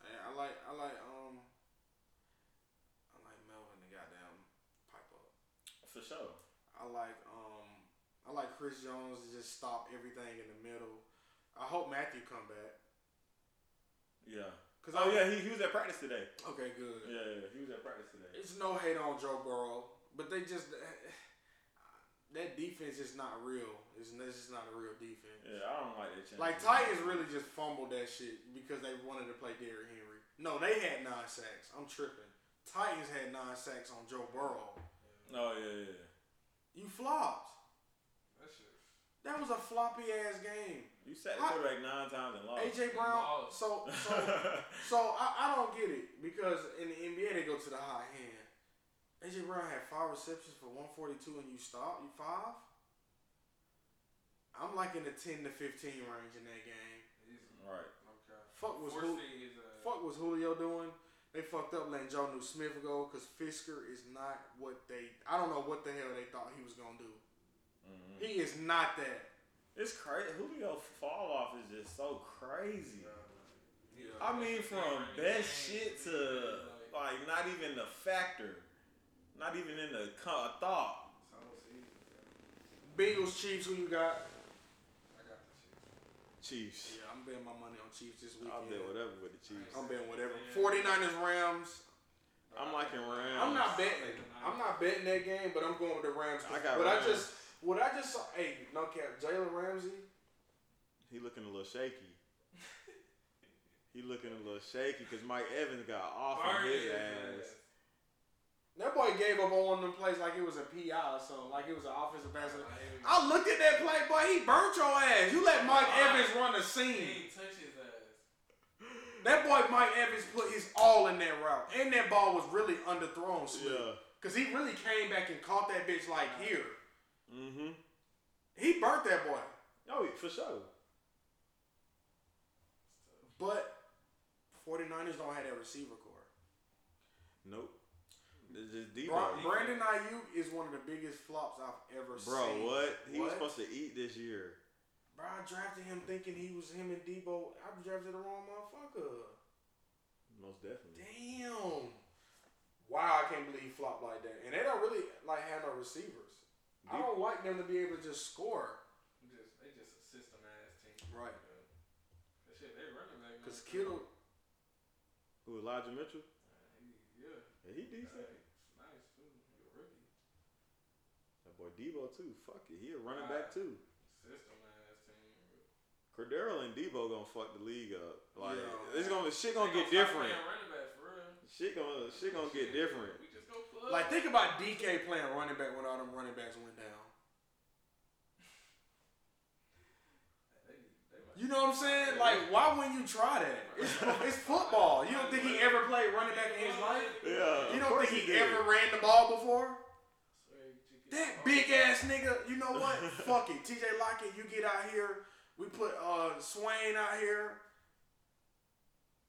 S4: Hey, I like, I like, um, I like Melvin the goddamn pipe up.
S5: For sure.
S4: I like, um, I like Chris Jones to just stop everything in the middle. I hope Matthew come back.
S5: Yeah.
S4: Cause
S5: Oh
S4: I,
S5: yeah, he, he was at practice today.
S4: Okay, good.
S5: Yeah, yeah, he was at practice today.
S4: It's no hate on Joe Burrow, but they just that defense is not real. It's, it's just not a real defense.
S5: Yeah, I don't like that change.
S4: Like Titans really just fumbled that shit because they wanted to play Derrick Henry. No, they had nine sacks. I'm tripping. Titans had nine sacks on Joe Burrow.
S5: No, Oh, yeah, yeah, yeah.
S4: You flopped.
S6: That shit.
S4: That was a floppy ass game.
S5: You sat the
S4: I-
S5: quarterback nine times and lost.
S4: AJ Brown.
S6: Lost.
S4: So so So I, I don't get it because in the NBA they go to the high hand. AJ Brown had five receptions for 142 and you stop you five. I'm like in the 10 to 15 range in that game.
S6: Easy.
S5: right.
S6: Okay.
S4: Fuck was
S6: Force
S4: Jul-
S6: feed is uh,
S4: fuck was Julio doing? They fucked up letting John New Smith go because Fisker is not what they. I don't know what the hell they thought he was gonna do.
S5: Mhm.
S4: He is not that.
S5: It's crazy. Julio fall off is just so crazy. I mean, from best shit to like not even the factor. Not even in the co- thought.
S6: It's whole season. bro.
S4: Bengals, Chiefs, who you got?
S6: I got the shit.
S5: Chiefs.
S4: Yeah, I'm betting my money on Chiefs this weekend.
S5: I'll bet whatever with the Chiefs.
S4: I'm betting whatever. 49ers, Rams.
S5: I'm liking Rams.
S4: I'm not betting. I'm not betting that game, but I'm going with the Rams.
S5: I got
S4: but I
S5: Rams.
S4: just, what I just saw, hey, no cap, Jalen Ramsey.
S5: He looking a little shaky. he looking a little shaky because Mike Evans got off on
S6: Burn
S5: his
S6: his
S5: ass.
S6: ass.
S4: That boy gave up on one of them plays like it was a PI or something, like it was an offensive pass.
S6: Like, it was-
S4: I looked at that play, boy. He burnt your ass. You let Mike Evans run the
S6: He
S4: scene.
S6: ain't touch his ass.
S4: That boy Mike Evans put his all in that route, and that ball was really underthrown, Slick.
S5: Yeah.
S4: Cause he really came back and caught that bitch like here.
S5: Mm-hmm.
S4: He burnt that boy,
S5: Oh, yeah, for sure.
S4: but 49ers don't have that receiver core.
S5: Nope. It's just Debo.
S4: Bra- Brandon Ayuk is one of the biggest flops I've ever
S5: Bro,
S4: seen.
S5: what? He was
S4: What?
S5: supposed to eat this year.
S4: Bro, I drafted him thinking he was him and Debo. I drafted the wrong motherfucker.
S5: Most definitely.
S4: Damn. Wow, I can't believe he flopped like that. And they don't really like have no receivers. I
S5: Deep-
S4: don't like them to be able to just score.
S6: Just, they just a system ass team.
S4: Right.
S6: Yeah. That shit, they running back.
S4: Cause
S6: man.
S4: Kittle,
S5: Who Elijah Mitchell?
S6: He- Yeah.
S5: Yeah, he decent.
S6: Uh, he's nice too. He a rookie.
S5: That boy Debo too. Fuck it. He a running back too.
S6: System ass team.
S5: Cordero and Debo gonna fuck the league up. Like
S4: Yeah.
S5: it's gonna shit gonna get
S6: They gonna stop
S5: different.
S6: playing Running back for real.
S5: Shit gonna shit gonna get different.
S6: We just go plug.
S4: like think about DK playing running back when all them running backs went down.
S6: They, they might-
S4: You know what I'm saying? Like, why wouldn't you try that? It's, it's football. You don't think he ever played running back in his life?
S5: Yeah.
S4: You
S5: of
S4: don't
S5: course
S4: think he,
S5: did.
S4: ever ran the ball before?
S6: Swear you should get
S4: That
S6: all-
S4: big ass nigga, you know what? Fuck it. TJ Lockett, you get out here. We put uh Swain out here.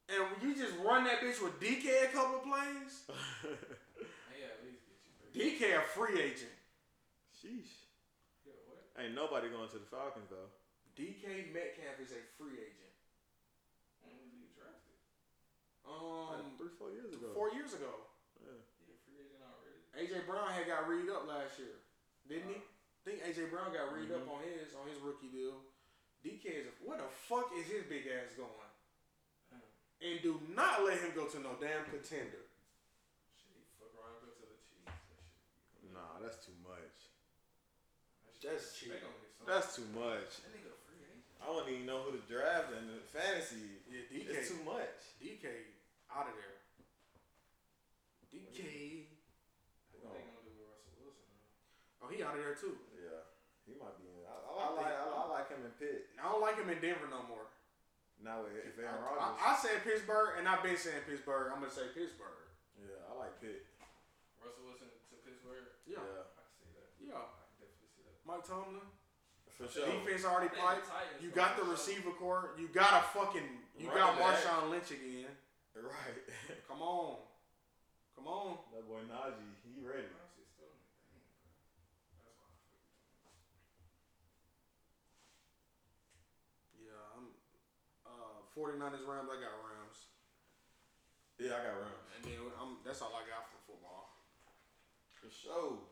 S4: And you just run that bitch with DK a couple of plays?
S6: Hey, at least get you
S4: DK
S6: three.
S4: a free agent.
S5: Sheesh.
S6: Yeah, what?
S5: Ain't nobody going to the Falcons though.
S4: DK Metcalf is a free agent.
S6: When was he drafted?
S5: Like
S4: Um
S5: three, four years ago.
S4: four years ago.
S5: Yeah.
S6: He a free agent already.
S4: AJ Brown had got read up last year. Didn't he?
S5: Uh-huh.
S4: I think AJ Brown got read
S5: Mm-hmm.
S4: up on his on his rookie deal. DK is a, where the fuck is his big ass going?
S6: Damn.
S5: Hmm.
S4: And do not let him go to no damn contender.
S6: Shit, he fuck around go to the Chiefs. That shit.
S5: Nah, that's too much.
S6: That shit-
S4: That's
S6: They
S4: cheating.
S6: gonna get something.
S5: That's too much.
S6: That nigga a free agent.
S5: I don't even know who to draft in the fantasy.
S4: Yeah,
S5: It's
S4: DK.
S5: too much.
S4: DK out of there. DK.
S6: What they gonna do with Russell Wilson? man?
S4: Oh, he out of there too.
S5: Yeah, he might be in. I,
S4: I like- I- I
S5: like him in Pitt.
S4: And I don't like him in Denver no more.
S5: Now with if
S4: I,
S5: Aaron
S4: I, I said Pittsburgh, and I've been saying Pittsburgh. I'm gonna say Pittsburgh.
S5: yeah, I like Pitt.
S6: Russell Wilson to Pittsburgh.
S4: Yeah,
S6: I can see that.
S4: yeah.
S6: I can definitely see that.
S4: Mike Tomlin.
S5: for
S6: The
S5: sure.
S4: Defense already
S6: I think
S4: piped.
S6: the Titans
S4: You
S6: gonna
S4: got the
S6: show-
S4: receiver core. You got a fucking. You
S5: Right
S4: got
S5: back.
S4: Marshawn Lynch again.
S5: Right.
S4: Come on, come on.
S5: that boy Najee, he ready.
S6: Honestly, still, damn, bro. That's why I fuck with them.
S4: Yeah, I'm. Uh, 49ers Rams. I got Rams,
S5: Yeah, I got Rams
S4: and then I'm. That's all I got for football.
S5: for sure.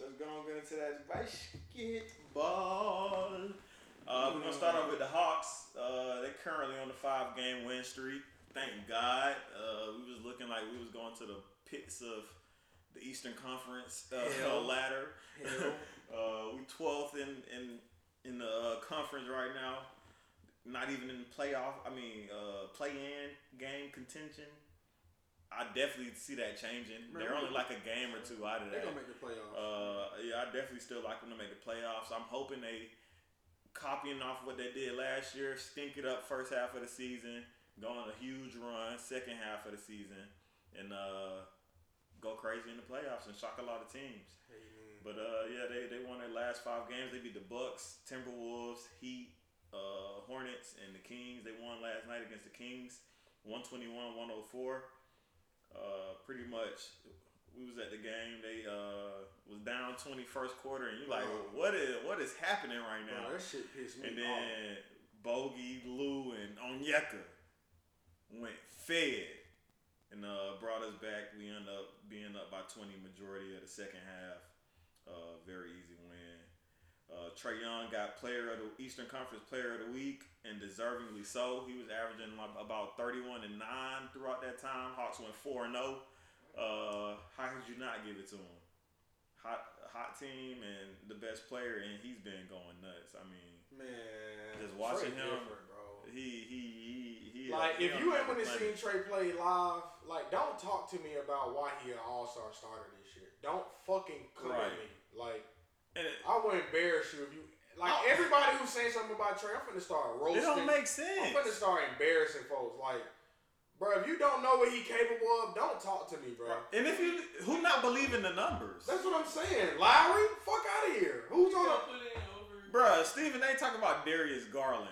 S5: Let's go on get into that basketball. Uh, we're gonna start off with the Hawks. Uh, they're currently on the five-game win streak. Thank God. Uh, we was looking like we was going to the pits of the Eastern Conference uh,
S4: Hell.
S5: ladder.
S4: Hell.
S5: uh, we twelfth in in in the uh, conference right now. Not even in the playoff. I mean, uh, play-in game contention. I definitely see that changing.
S4: Man,
S5: They're
S4: we-
S5: only like a game or two out of
S4: They're
S5: that.
S4: gonna make the playoffs.
S5: Uh, yeah, I definitely still like them to make the playoffs. I'm hoping they copying off what they did last year, stink it up first half of the season, go on a huge run second half of the season, and uh, go crazy in the playoffs and shock a lot of teams. But uh, yeah, they, they won their last five games. They beat the Bucks, Timberwolves, Heat, uh, Hornets, and the Kings. They won last night against the Kings, 121-104. Uh, pretty much, we was at the game. They uh, was down 20 first quarter, and you like,
S4: Wow.
S5: what is what is happening right now?
S4: Bro, that shit pissed me
S5: And
S4: off.
S5: then Bogey, Lou, and Onyeka went fed and uh, brought us back. We ended up being up by 20 majority of the second half. Uh, very easy win. Uh, Trey Young got player of the Eastern Conference Player of the Week, and deservingly so. He was averaging like about 31 and 9 throughout that time. Hawks went 4 and 0. Uh, how could you not give it to him? Hot, hot team and the best player, and he's been going nuts. I mean,
S4: Man,
S5: Just watching
S4: Trey
S5: him.
S4: different, bro.
S5: he he he. he
S4: Like
S5: he
S4: if you
S5: don't
S4: ain't
S5: have
S4: went to
S5: money.
S4: see Trey play live, like don't talk to me about why he an All Star starter this year. Don't fucking come at
S5: Right.
S4: me. Like
S5: And-
S4: I would embarrass you if you like everybody who's saying something about Trey. I'm finna start roasting.
S5: It don't make
S4: I'm
S5: sense.
S4: finna start embarrassing folks. Like, bro, if you don't know what he capable of, don't talk to me, bro.
S5: And if you who not believing the numbers,
S4: That's what I'm saying. Lowry, fuck out of here. Who's on?
S6: Y'all
S4: the-
S6: put in over. Oh,
S5: bruh, Steven they talking about Darius Garland.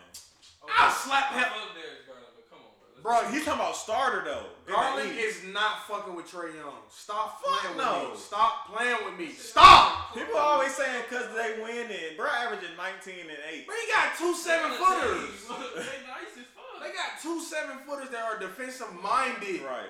S6: over-
S4: I'll slap
S6: I
S4: him.
S6: love Darius Garland, but come on, bro. Let's-
S5: Bro, he's talking about starter though. in the
S4: Garland
S5: East.
S4: is not fucking with Trey Young. Stop
S5: Fuck
S4: playing
S5: no.
S4: with me. Stop playing with me. Stop.
S5: People always saying because they winning. Bro, averaging 19 and 8.
S4: But he got two seven footers.
S6: They nice as fuck.
S4: They got two seven footers that are defensive minded,
S5: Right.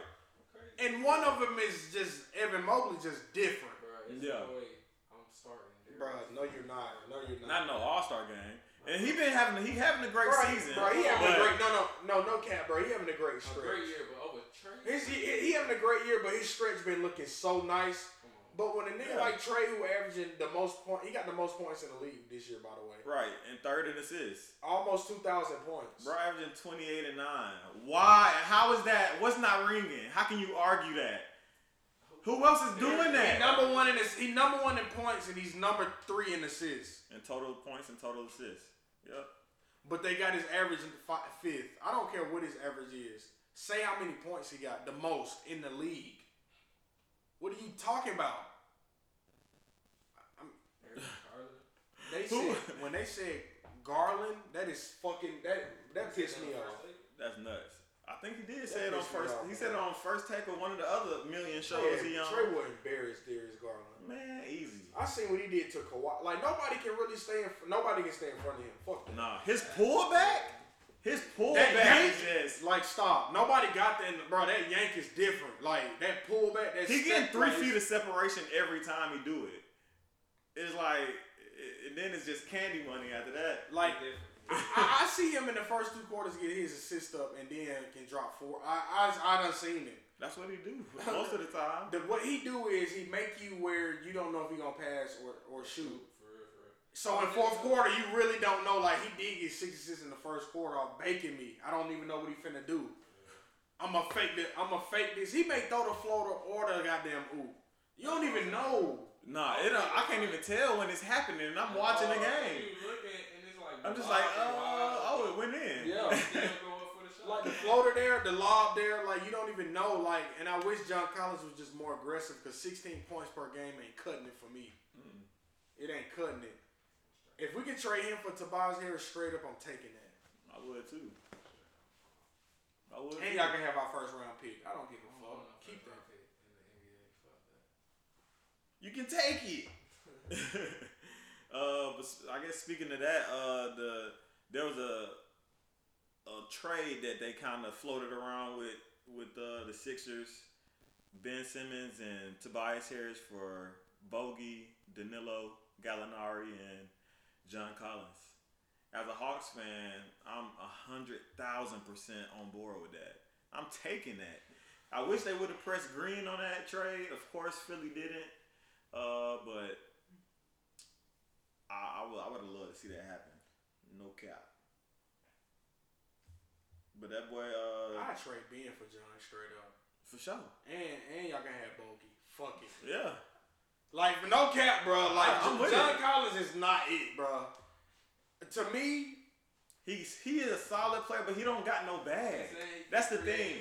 S6: Crazy.
S4: and one of them is just Evan Mobley, just different.
S6: Bro, it's
S5: Yeah.
S6: the way I'm starting. Darius.
S4: Bro, no, you're not. No, you're not.
S5: Not no All Star game. And he been having he having a great
S4: bro,
S5: season.
S4: Bro, he having
S5: but
S4: a great. No, no, no, no cap, bro. He having a great
S6: A
S4: stretch.
S6: great year, but over Trey.
S4: He's, he, he having a great year, but his stretch been looking so nice.
S6: Come on.
S4: But when a nigga
S5: Yeah.
S4: like Trey, who averaging the most point, he got the most points in the league this year, by the way,
S5: Right, and third in assists.
S4: almost two thousand points.
S5: Bro, averaging 28 and 9. Why? How is that? What's not ringing? How can you argue that? Who else is doing
S4: He
S5: that?
S4: number one in ass- he number one in points, and he's number three in assists.
S5: And total points and total assists. Yep.
S4: But they got his average in fi- fifth. I don't care what his average is. Say how many points he got, the most in the league. What are you talking about?
S6: Darius Garland.
S4: They
S5: Who-
S4: said when they said Garland, that is fucking that that pissed me off.
S5: That's nuts. I think he did say it on
S4: pissed me
S5: first.
S4: off,
S5: He
S4: man.
S5: said it on first take of one of the other million shows he um,
S4: Yeah,
S5: on.
S4: Trey would embarrass Darius Garland.
S5: Man, easy.
S4: I seen what he did to Kawhi. Like nobody can really stay in. fr- Nobody can stay in front of him. Fuck that.
S5: Nah, his pullback. His pullback
S4: Yankees-
S5: is just.
S4: like stop. Nobody got that, bro. That yank is different. Like that pullback. That
S5: He getting
S4: step,
S5: three
S4: bro,
S5: feet of
S4: it's-
S5: separation every time he do it. It's like, it- and then it's just candy money after that.
S4: Like
S6: Different.
S4: I, I see him in the first two quarters get his assist up and then can drop four. I I, I done seen it.
S5: That's what he do most of the time.
S4: The, what he do is he make you where you don't know if he gonna pass or, or shoot.
S6: For real, for real.
S4: So in fourth quarter, you really don't know. Like he did get six assists in the first quarter off baking me. I don't even know what he finna do. I'm going to fake this. I'm going to fake this. He may throw the floater or the goddamn oop. You don't even know.
S5: Nah, it don't, I can't even tell when it's happening. And I'm watching the
S6: Oh,
S5: game.
S6: You looking and it's like.
S5: I'm just like,
S6: wide,
S4: uh,
S5: oh,
S6: wide.
S5: oh, it went in.
S4: Yeah.
S6: Still going for the shot.
S4: Like the floater there, the lob there, like you don't even know. Like, and I wish John Collins was just more aggressive because 16 points per game ain't cutting it for me. It ain't cutting it. If we can trade him for Tobias Harris straight up, I'm taking that.
S5: I would too. I would.
S4: And
S5: too.
S4: y'all can have our first round pick. I don't give a fuck. Keep that.
S5: You can take it. uh, but s- I guess speaking of that, uh, the there was a a trade that they kind of floated around with with uh, the Sixers, Ben Simmons and Tobias Harris for Bogey, Danilo Gallinari, and John Collins. As a Hawks fan, I'm a hundred thousand percent on board with that. I'm taking that. I wish they would have pressed green on that trade. Of course, Philly didn't. Uh, but I, I would I would have loved to see that happen. No cap. But that boy, uh,
S4: I trade Ben for John straight up.
S5: for sure.
S4: And and y'all can have Bogey. Fuck it.
S5: Yeah.
S4: Like no cap, bro. Like
S5: I- I'm with
S4: John
S5: it.
S4: Collins is not it, bro. To me,
S5: He's he is a solid player, but he don't got no bag. That's the thing.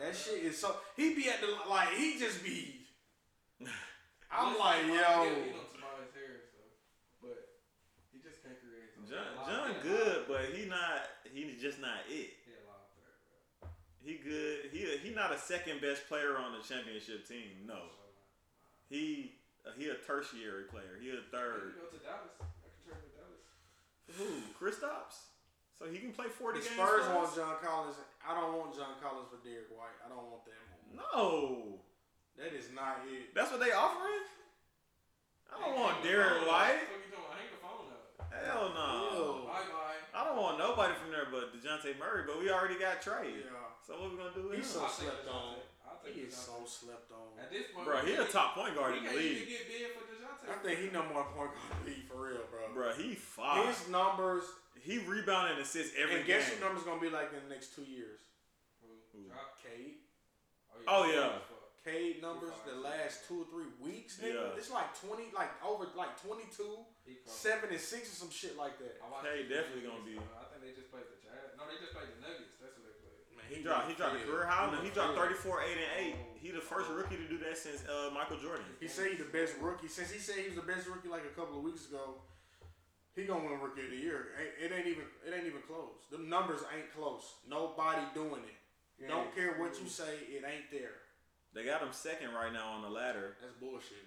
S4: that shit is so. He be at the like he just be. I'm like
S6: You
S4: yo.
S6: know Tobias Harris, though, but he just can't create. his own.
S5: John,
S6: He a lot-
S5: John
S6: he a
S5: good,
S6: lot-
S5: but he not he's just not it.
S6: He a lot better, bro.
S5: He good. He he not a second best player on the championship team. No, he he a tertiary player. He a
S6: You
S5: third.
S6: go to Dallas. I can trade with Dallas.
S5: Who? Kristaps. So he can play forty
S4: The
S5: games.
S4: Spurs
S5: for
S4: want
S5: us?
S4: John Collins. I don't want John Collins for Derek White. I don't want that.
S5: No,
S4: That is not it.
S5: that's what they offering. I don't want Derek White.
S6: Why?
S5: Oh.
S6: What you doing? Hang the phone up.
S5: Hell no.
S4: Ew.
S6: Bye bye.
S5: I don't want nobody from there but Dejounte Murray. But we already got Trey.
S4: Yeah.
S5: So what we gonna do with
S4: He's so
S5: him?
S4: slept on.
S6: I'll take
S4: He is so
S6: DeJounte.
S4: slept on.
S6: At this point,
S5: Bro,
S6: we
S5: he a
S6: can't-
S5: top point guard
S6: we
S5: in the
S6: can't even
S5: league.
S6: get bid for
S4: I
S6: DeJounte.
S4: think he number one point guard in the league for real, bro.
S5: Bro, he five.
S4: His numbers
S5: he rebounded and assists every
S4: and guess
S5: game.
S4: your numbers gonna be like in the next two years.
S6: Who? Drop-
S4: Cade.
S5: Oh, yeah.
S6: Fuck.
S4: Cade numbers the last two or three weeks, nigga.
S5: Yeah.
S4: It's like twenty like over like 22,
S6: He cold.
S4: 7 and six or some shit like that.
S6: I watched
S5: Hey,
S6: the
S5: definitely
S6: Nuggets,
S5: gonna be-
S6: uh, I think they just played the Jazz. No, they just played the Nuggets. That's what they played.
S4: Man,
S5: He dropped. He dropped a career high. No, he dropped
S4: thirty.
S5: 34, 8, and 8. He the first rookie to do that since uh, Michael Jordan.
S4: He said he's the best rookie. Since he said he was the best rookie like a couple of weeks ago, he gonna win rookie of the year. Ain't- It ain't even it ain't even close. The numbers ain't close. Nobody doing it. Don't care what you say, it ain't there.
S5: They got him second right now on the ladder.
S4: That's bullshit.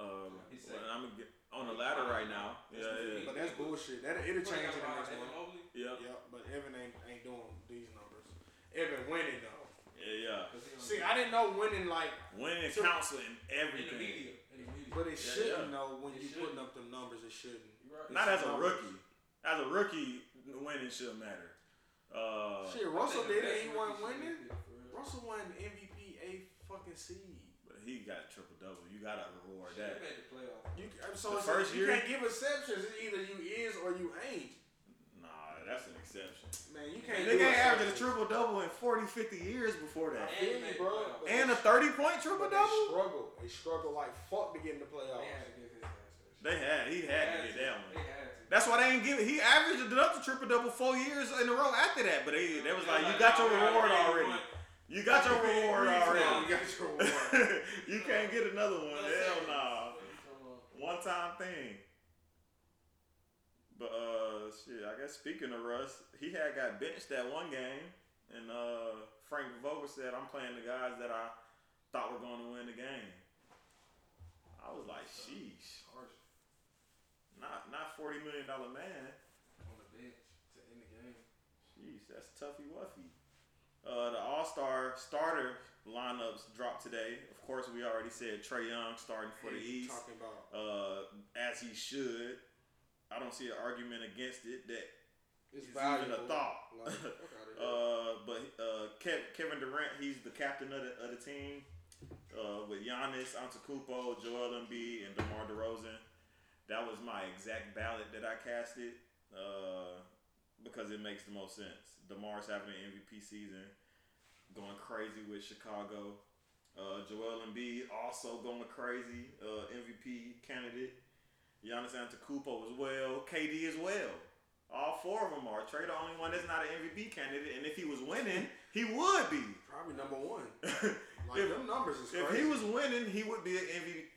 S5: Um,
S6: He's
S5: well,
S6: second.
S5: I'm gonna get- on the ladder right now. Yeah, yeah,
S4: But that's bullshit. That it'll change in
S6: What they got
S4: the next
S6: behind Evan
S4: one.
S6: Mobley?
S5: yeah,
S4: Yep, but Evan ain't ain't doing these numbers. Evan winning though.
S5: yeah.
S6: 'Cause he on
S4: See,
S6: the-
S4: I didn't know winning like,
S5: yeah. Winning
S4: So-
S5: counts in
S6: in the
S5: everything.
S6: media. In the media.
S4: but it
S5: Yeah,
S4: shouldn't
S5: yeah.
S4: though. When
S6: It
S4: you
S6: shouldn't.
S4: putting up the numbers, it shouldn't.
S6: You right.
S5: Not as a
S4: numbers.
S5: rookie. As a rookie, winning should matter. Uh,
S4: Shit,
S6: I
S4: Russell did
S6: think the best
S4: it. He wasn't
S6: rookie should
S4: winning.
S6: be for real.
S4: Russell won MVP a fucking seed.
S5: but he got triple double. You gotta reward
S6: Shit,
S5: that.
S6: they made the playoffs.
S4: You, I'm so
S5: The
S4: it's
S5: first
S4: like, you
S5: year-
S4: can't give exceptions. It's either you is or you ain't.
S5: Nah, that's an exception.
S4: Man, you
S5: They
S4: can't. do
S5: ain't averaged a
S4: exceptions.
S5: triple double in 40, 50 years before that.
S4: I feel you,
S6: And they-
S4: bro.
S6: and
S4: but
S5: And
S4: they
S5: a 30 point triple
S4: but they
S5: double?
S4: struggle. They struggle like fuck to get in the playoffs.
S6: They had to give his ass that shit.
S5: They had, he had to get that one.
S6: They had to.
S5: That's why they ain't give. He averaged it up to triple double four years in a row after that. But they, they was like, you got your reward already. You got your reward
S4: Yeah,
S5: already.
S4: you got your award.
S5: you can't get another one. Hell no.
S6: Come
S5: One time thing. But uh, shit. I guess speaking of Russ, he had got benched that one game, and uh, Frank Vogel said, "I'm playing the guys that I thought were going to win the game." I was like, "Sheesh,
S6: on.
S5: not not forty million dollar man."
S6: on the bench to end the game.
S5: Jeez, that's toughy wuffy. Uh, the All Star starter lineups dropped today. Of course, we already said Trey Young starting for the
S4: What you
S5: East,
S4: talking about?
S5: uh, as he should. I don't see an argument against it that
S4: It's
S5: is
S4: valuable.
S5: even a thought.
S4: Like, fuck outta here.
S5: uh, but uh, Kev- Kevin Durant, he's the captain of the, of the team uh, with Giannis Antetokounmpo, Joel Embiid, and DeMar DeRozan. That was my exact ballot that I casted uh, because it makes the most sense. DeMar's having an MVP season, going crazy with Chicago. Uh, Joel Embiid also going crazy, uh, MVP candidate. Giannis Antetokounmpo as well. KD as well. All four of them are. Trey the only one that's not an MVP candidate, and if he was winning, he would be.
S4: Probably number one. Like
S5: If-
S4: them numbers is
S5: If
S4: crazy.
S5: he was winning, he would be an MVP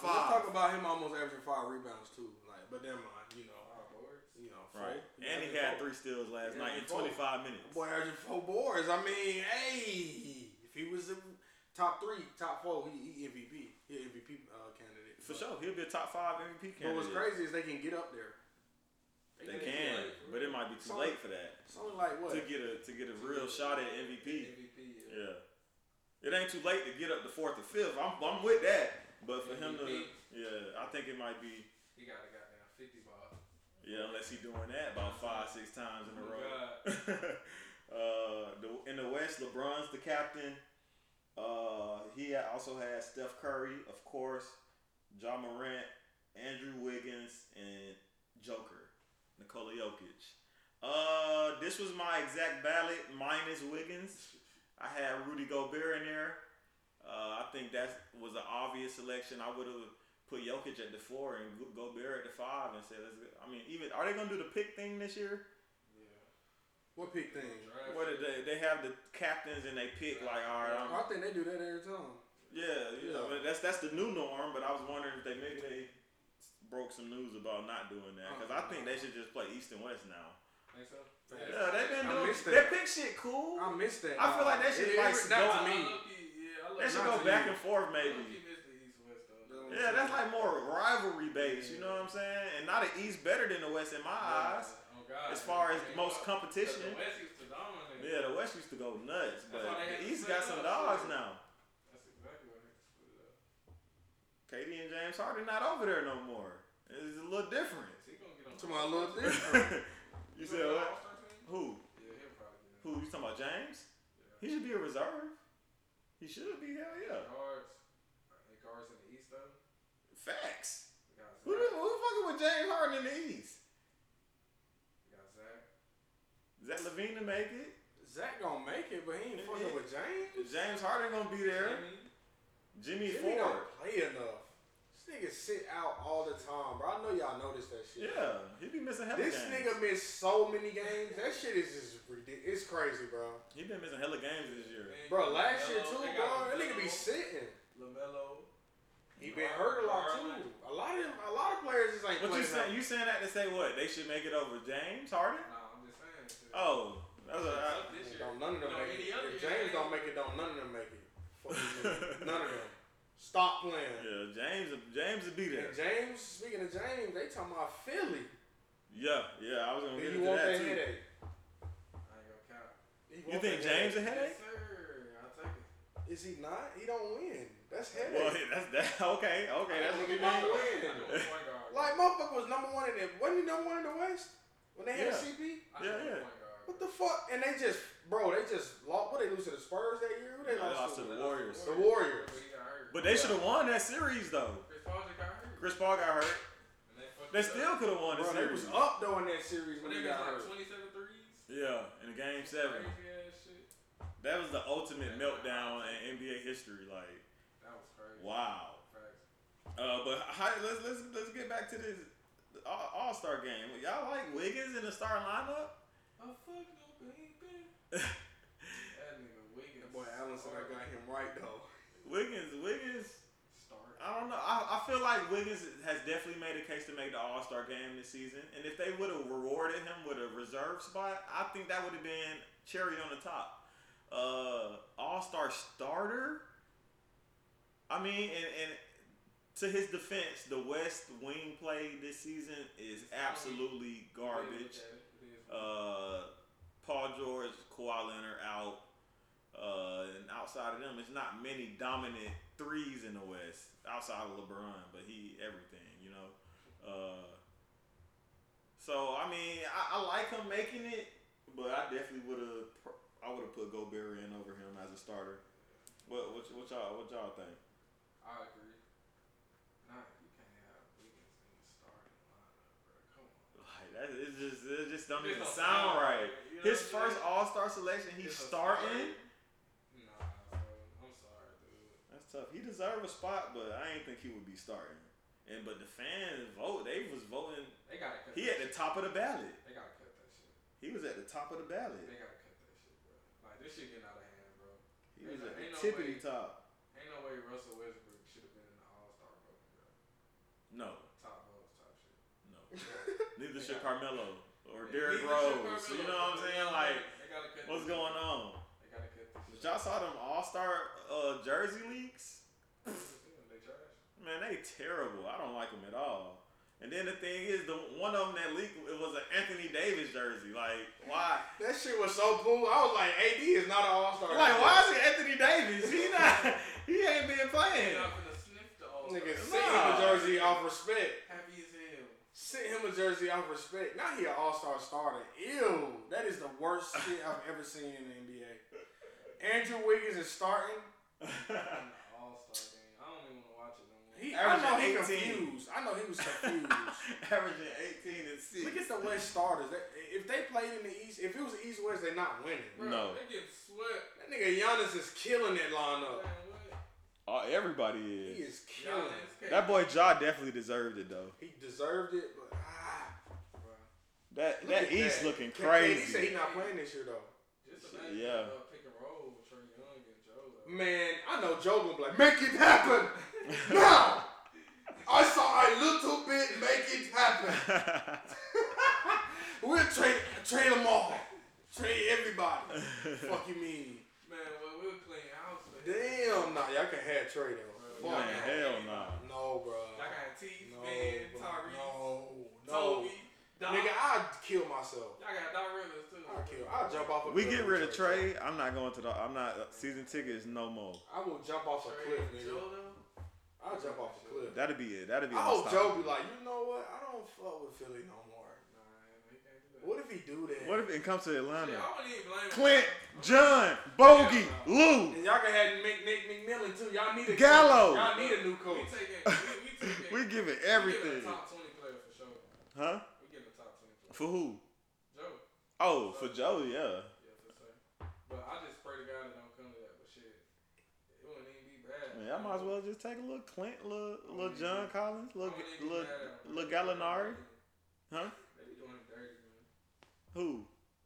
S4: Let's
S5: five.
S4: talk about him almost averaging five rebounds too. Like, but never mind. You know,
S6: Five boards.
S4: you know, four.
S5: Right. And he had
S4: Four.
S5: three steals last
S4: Yeah,
S5: night
S4: he
S5: in
S4: four.
S5: 25 minutes.
S4: Boy averaging four boards. I mean, hey, if he was the top three, top four, he, he MVP. He a MVP uh, candidate.
S5: For
S4: But-
S5: sure, he'll be a top five MVP
S4: But
S5: candidate.
S4: what's crazy is they can get up there.
S5: They can, but it might be too late for that
S4: It's only like what?
S5: to get a to get a real shot at MVP.
S6: MVP. Yeah.
S5: Yeah. It ain't too late to get up to fourth or fifth. I'm, I'm with that. But for him to,
S6: MVP.
S5: yeah, I think it might be,
S6: He got a goddamn fifty ball.
S5: yeah, unless he's doing that about five, six times in a
S6: Oh,
S5: row. uh, the, in the West, LeBron's the captain. Uh, he ha- also has Steph Curry, of course, John Morant, Andrew Wiggins, and Joker, Nikola Jokic. Uh, this was my exact ballot minus Wiggins. I had Rudy Gobert in there. Uh, I think that was an obvious selection. I would have put Jokic at the four and Go- Gobert at the five and said, let's go. I mean, even are they gonna do the pick thing this year?
S6: Yeah.
S4: what pick thing?
S6: Draft.
S5: What did they? They have the captains and they pick like, all right, I'm,
S4: I think they do that every time.
S5: yeah, yeah.
S4: Yeah.
S5: But that's that's the new norm. But I was wondering if they maybe they broke some news about not doing that because I think they should just play East and West now.
S6: Think so?
S5: Yeah, they've been
S4: I
S5: doing
S4: missed
S5: that
S4: that.
S5: pick shit cool.
S4: I missed that.
S5: I feel like that shit,
S4: It- it-
S5: like,
S4: not to
S5: don't-
S4: me.
S6: Yeah, I love
S5: They should
S4: Not
S5: go
S4: to
S5: back
S4: you.
S5: and forth
S6: I
S5: maybe.
S6: love he missed the East West though.
S5: Yeah, that's like more rivalry based. You know what I'm saying? And not the East better than the West in my eyes.
S6: Oh, God.
S5: As far as
S6: Yeah.
S5: most
S6: Because
S5: competition,
S6: the West used to dominate.
S5: yeah, the West used to go nuts, but
S6: why
S5: the
S6: they had to
S5: East
S6: split
S5: got some
S6: up,
S5: dogs
S6: yeah.
S5: now. KD and James Harden not over there no more. It's a little different.
S6: He gonna get on.
S4: To my little
S5: you said what?
S6: All-Star team?
S5: Who?
S6: Yeah, he'll probably get
S5: Who? You talking about James? He should be a reserve. He should be. Hell yeah.
S6: it. Guards. The guards in the East though.
S5: Facts.
S6: We got Zach.
S5: Who the who the fucking with James Harden in the East?
S6: We got Zach.
S5: Zach Levine to make it.
S4: Zach gonna make it, but he ain't fucking with James.
S5: James Harden gonna be there.
S6: Jimmy.
S5: Jimmy,
S4: Jimmy
S5: Ford.
S4: don't play enough. This nigga sit out all the time, bro. I know y'all noticed that shit.
S5: Yeah, he be missing hella
S4: This
S5: games.
S4: nigga missed so many games. That shit is just ridiculous. It's crazy, bro.
S5: He been missing hella games this year.
S6: Man,
S4: Bro,
S6: you got
S4: last year
S6: LaMelo.
S4: too,
S6: They
S4: bro.
S6: got
S4: That nigga be
S6: LaMelo.
S4: sitting.
S6: Lamelo.
S4: He been hurt a lot
S6: Garland.
S4: too. A lot of a lot of players just ain't
S5: What
S4: playing.
S5: you saying?
S4: that.
S5: You saying that to say what? They should make it over James Harden?
S6: Nah, I'm just saying. shit.
S5: Oh, that's what I,
S6: Up this year.
S4: Don't none of them
S6: No,
S4: make
S6: any
S4: it.
S6: other
S4: If
S6: year,
S4: James
S6: they-
S4: don't make it, don't none of them make it. Fuck you, nigga. none of them. Stop playing.
S5: yeah. James, James would be there.
S4: And James, speaking of James, they talking about Philly.
S5: Yeah, yeah. I was gonna
S4: Do
S5: get
S4: you
S5: into
S4: want
S5: that
S4: that
S5: too.
S4: headache?
S6: I ain't gonna count.
S4: He
S5: You
S4: want
S5: think
S4: that
S5: James a
S6: Yes,
S5: headache?
S6: sir. I'll take it.
S4: Is he not? He don't win. That's headache.
S5: Well, that's that. Okay, okay. That's what
S4: He
S5: you mean.
S4: don't
S6: I
S4: win.
S6: know a point guard.
S4: Like motherfucker was number one in the wasn't he number one in the West when they had
S5: Yeah.
S4: CP?
S6: I know
S5: Yeah,
S6: a
S5: yeah.
S6: point guard.
S4: What the fuck? And they just bro, they just lost. What they lose to the Spurs that year? Who they,
S5: They lost to the Warriors,
S4: The Warriors.
S6: But he got hurt.
S5: but they should have won that series though.
S6: Chris Paul just got hurt.
S5: Chris Paul got hurt.
S6: And they fucked
S5: They
S6: it
S5: still
S6: up.
S5: could have won the
S4: Bro, they
S5: series.
S4: was up though in that series when
S6: But they
S4: they
S6: got
S4: got
S6: like
S4: hurt.
S6: 27 threes.
S5: Yeah, in the game seven.
S6: Crazy ass shit.
S5: That was the ultimate meltdown in NBA history. Like,
S6: That was crazy.
S5: wow.
S6: Facts.
S5: Uh, but how, let's let's let's get back to this All Star game. Y'all like Wiggins in the starting lineup?
S6: Oh, fuck no, baby. That nigga Wiggins.
S4: That boy Allenson, I got him right though.
S5: Wiggins, Wiggins.
S6: Start.
S5: I don't know. I, I feel like Wiggins has definitely made a case to make the All Star game this season. And if they would have rewarded him with a reserve spot, I think that would have been cherry on the top. Uh, All Star starter. I mean, and, and to his defense, the West Wing play this season is absolutely garbage. uh, Paul George, Kawhi Leonard out, uh, and outside of them, it's not many dominant threes in the West outside of LeBron, but he everything, you know. Uh, so I mean, I, I like him making it, but I definitely would have, I would have put Gobert in over him as a starter. What what, what y'all what y'all think?
S6: I agree. Nah, you can't have Wiggins in the starting lineup, bro. Come on.
S5: Like that, it just it just don't
S6: It
S5: even
S6: don't
S5: sound
S6: sound
S5: right.
S6: right, you know
S5: His
S6: what I'm
S5: first All Star selection, he's
S6: It's a
S5: starting.
S6: start. Nah, bro. I'm sorry, dude.
S5: That's tough. He deserved a spot, but I didn't think he would be starting. And but the fans vote. They was voting.
S6: They gotta cut.
S5: He at
S6: that
S5: the
S6: shit.
S5: top of the ballot.
S6: They gotta cut that shit.
S5: He was at the top of the
S6: They
S5: ballot.
S6: gotta cut that shit, bro. Like this shit getting out of hand, bro.
S5: He was at
S6: Ain't no- ain't
S5: the
S6: no
S5: tippity
S6: way.
S5: top.
S6: Ain't no way Russell Westbrook should have been in the All Star voting, bro.
S5: No,
S6: Top votes, top shit.
S5: no. Neither should Carmelo or
S6: Yeah,
S5: Derrick
S6: neither
S5: Rose.
S6: should
S5: you
S6: Carmelo,
S5: know what I'm
S6: bro.
S5: saying? Like,
S6: they gotta cut
S5: what's
S6: this
S5: going
S6: shit.
S5: on?
S6: They gotta cut this
S5: But
S6: shit.
S5: y'all saw them All Star uh, jersey leaks.
S6: They trash.
S5: Man, they terrible. I don't like them at all. And then the thing is, the one of them that leaked it was an Anthony Davis jersey. Like, why?
S4: That shit was so cool. I was like, AD is not an All Star.
S5: Like, why is it Anthony Davis? He not. He ain't been
S6: They
S5: playing.
S6: not finna sniff the All Star.
S4: Nigga,
S5: Nah.
S4: sent him a jersey off respect.
S6: Happy as hell.
S4: Sent him a jersey off respect. Now he an All Star starter. Ew, that is the worst shit I've ever seen in the NBA. Andrew Wiggins is starting.
S6: In the All Star game. I don't even wanna watch it no more.
S4: He, I
S5: Averaging
S4: know he
S5: 18.
S4: confused. I know he was confused.
S5: Averaging eighteen and six.
S4: Look at the West starters. They- If they played in the East, if it was East West, they're not winning.
S6: Bro,
S5: No.
S6: They get swept.
S4: That nigga Giannis is killing that lineup.
S6: Man, what?
S5: Oh, everybody
S4: He
S5: is.
S4: is killing.
S6: Giannis
S4: it.
S6: can't-
S5: That boy Ja definitely deserved it though.
S4: He deserved it, but ah,
S6: Bro,
S5: That
S4: look
S5: that
S4: at
S5: East
S4: that.
S5: looking
S4: K- KD said
S5: crazy.
S4: he not playing this year though.
S6: Just
S5: Shit,
S6: imagine
S5: yeah.
S6: uh, pick and roll with Trey Young and Joe. though.
S4: Man, I know Joe gonna be like, make it happen now. I saw a little bit. Make it happen. We'll trade trade them all. Trade everybody. Fuck you mean?
S6: Man, well, we were playing house. but-
S4: Damn, nah, y'all can have trade him.
S6: Bro,
S5: Man,
S6: y'all
S4: Fuck.
S5: hell
S6: got-
S5: nah.
S4: No, bro.
S6: Y'all got T,
S4: No,
S6: Van,
S4: bro.
S6: Tyrese,
S4: no, no.
S6: Toby, Doc.
S4: Nigga, I'd kill myself.
S6: Y'all got Doc Rivers too.
S4: I'd kill. I'd jump off a
S5: We
S4: cliff
S5: get
S4: with
S5: rid of Trey. I'm not going to the. I'm not season tickets no more.
S4: I will jump off a
S6: Trey
S4: cliff,
S6: and
S4: nigga.
S6: Joe though.
S4: I'll jump off a cliff.
S5: That'd be it. That'd be.
S4: I hope Joe
S5: unstoppable.
S4: be like, you know what? I don't fuck with Philly no more.
S6: Nah, he can't do that.
S4: What if he do that?
S5: What if it comes to Atlanta?
S6: Shit, I wouldn't even blame him.
S5: Clint, John, Bogey, Lou.
S4: And y'all can have Nick, Nick McMillan too. Y'all need a
S5: Gallo.
S4: Coach. Y'all need a new coach.
S6: We taking, we, we taking,
S5: We giving
S6: We
S5: everything.
S6: getting a top twenty player for sure.
S5: Huh?
S6: We getting a top twenty player.
S5: For who?
S6: Joe,
S5: Oh, for Joe, yeah.
S6: yeah, for sure. But I just pray to God it don't come to that. But shit, it wouldn't even be bad.
S5: Man, I might as well just take a little Clint, little, little John Collins,
S6: I
S5: little,
S6: wouldn't even be
S5: little,
S6: mad.
S5: little Gallinari. Huh?
S6: They be doing it dirty, man.
S5: Who?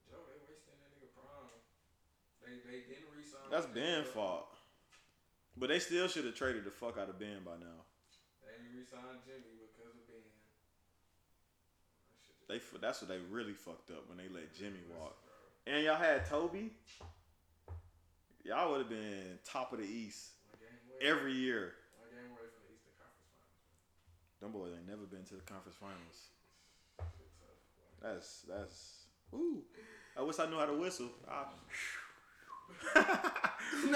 S6: Joe, they wasting that nigga prime. They they didn't resign.
S5: That's
S6: him.
S5: Ben's fault. But they still should have traded the fuck out of Ben by now.
S6: They didn't resign Jimmy because of Ben. That shit just
S5: They fu- that's what they really fucked up when they let Jimmy walk.
S6: bro.
S5: And y'all had Toby. Y'all would have been top of the East
S6: One game away.
S5: every year.
S6: One game away from the Eastern Conference Finals.
S5: Them boys ain't never been to the conference finals.
S6: Shit tough. boy.
S5: That's that's. Ooh, I wish I knew how to whistle. Ah. I,
S4: No.
S6: Shit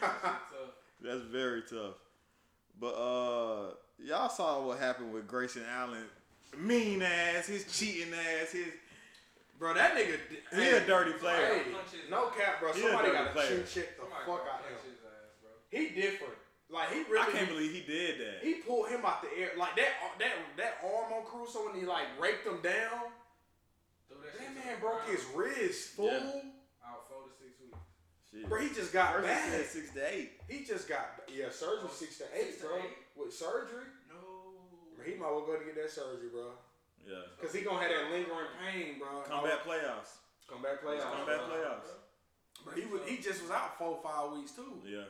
S6: tough.
S5: that's very tough. But uh, y'all saw what happened with Grayson Allen. Mean ass, his cheating ass, his
S4: bro, that nigga. d-
S5: he a dirty player.
S4: Hey, no cap, bro.
S5: He a
S4: Somebody
S5: dirty
S4: got to
S5: player.
S4: shoe check the
S6: Somebody
S4: fuck
S6: gonna
S4: out
S6: punch
S4: him.
S6: his ass, bro.
S4: He different. Like he really.
S5: I can't believe he did that.
S4: He pulled him out the air like that. uh, That that arm on Crusoe when he like raped him down.
S6: Threw
S4: That
S6: that shit to
S4: man
S6: the
S4: broke
S6: ground.
S4: his wrist, fool.
S6: out four to six weeks.
S5: Shit.
S4: Bro, he just got
S5: First he
S4: back.
S5: said six to eight.
S4: He just got yeah surgery Oh, six to eight,
S6: Six
S4: bro.
S6: to eight?
S4: With surgery,
S6: No.
S4: he might well go to get that surgery, bro.
S5: Yeah.
S4: Cause he gonna have that lingering pain, bro.
S5: Combat playoffs.
S4: comeback playoffs.
S5: Comeback
S4: bro.
S5: playoffs.
S4: But he was, he just was out four five weeks too.
S5: Yeah.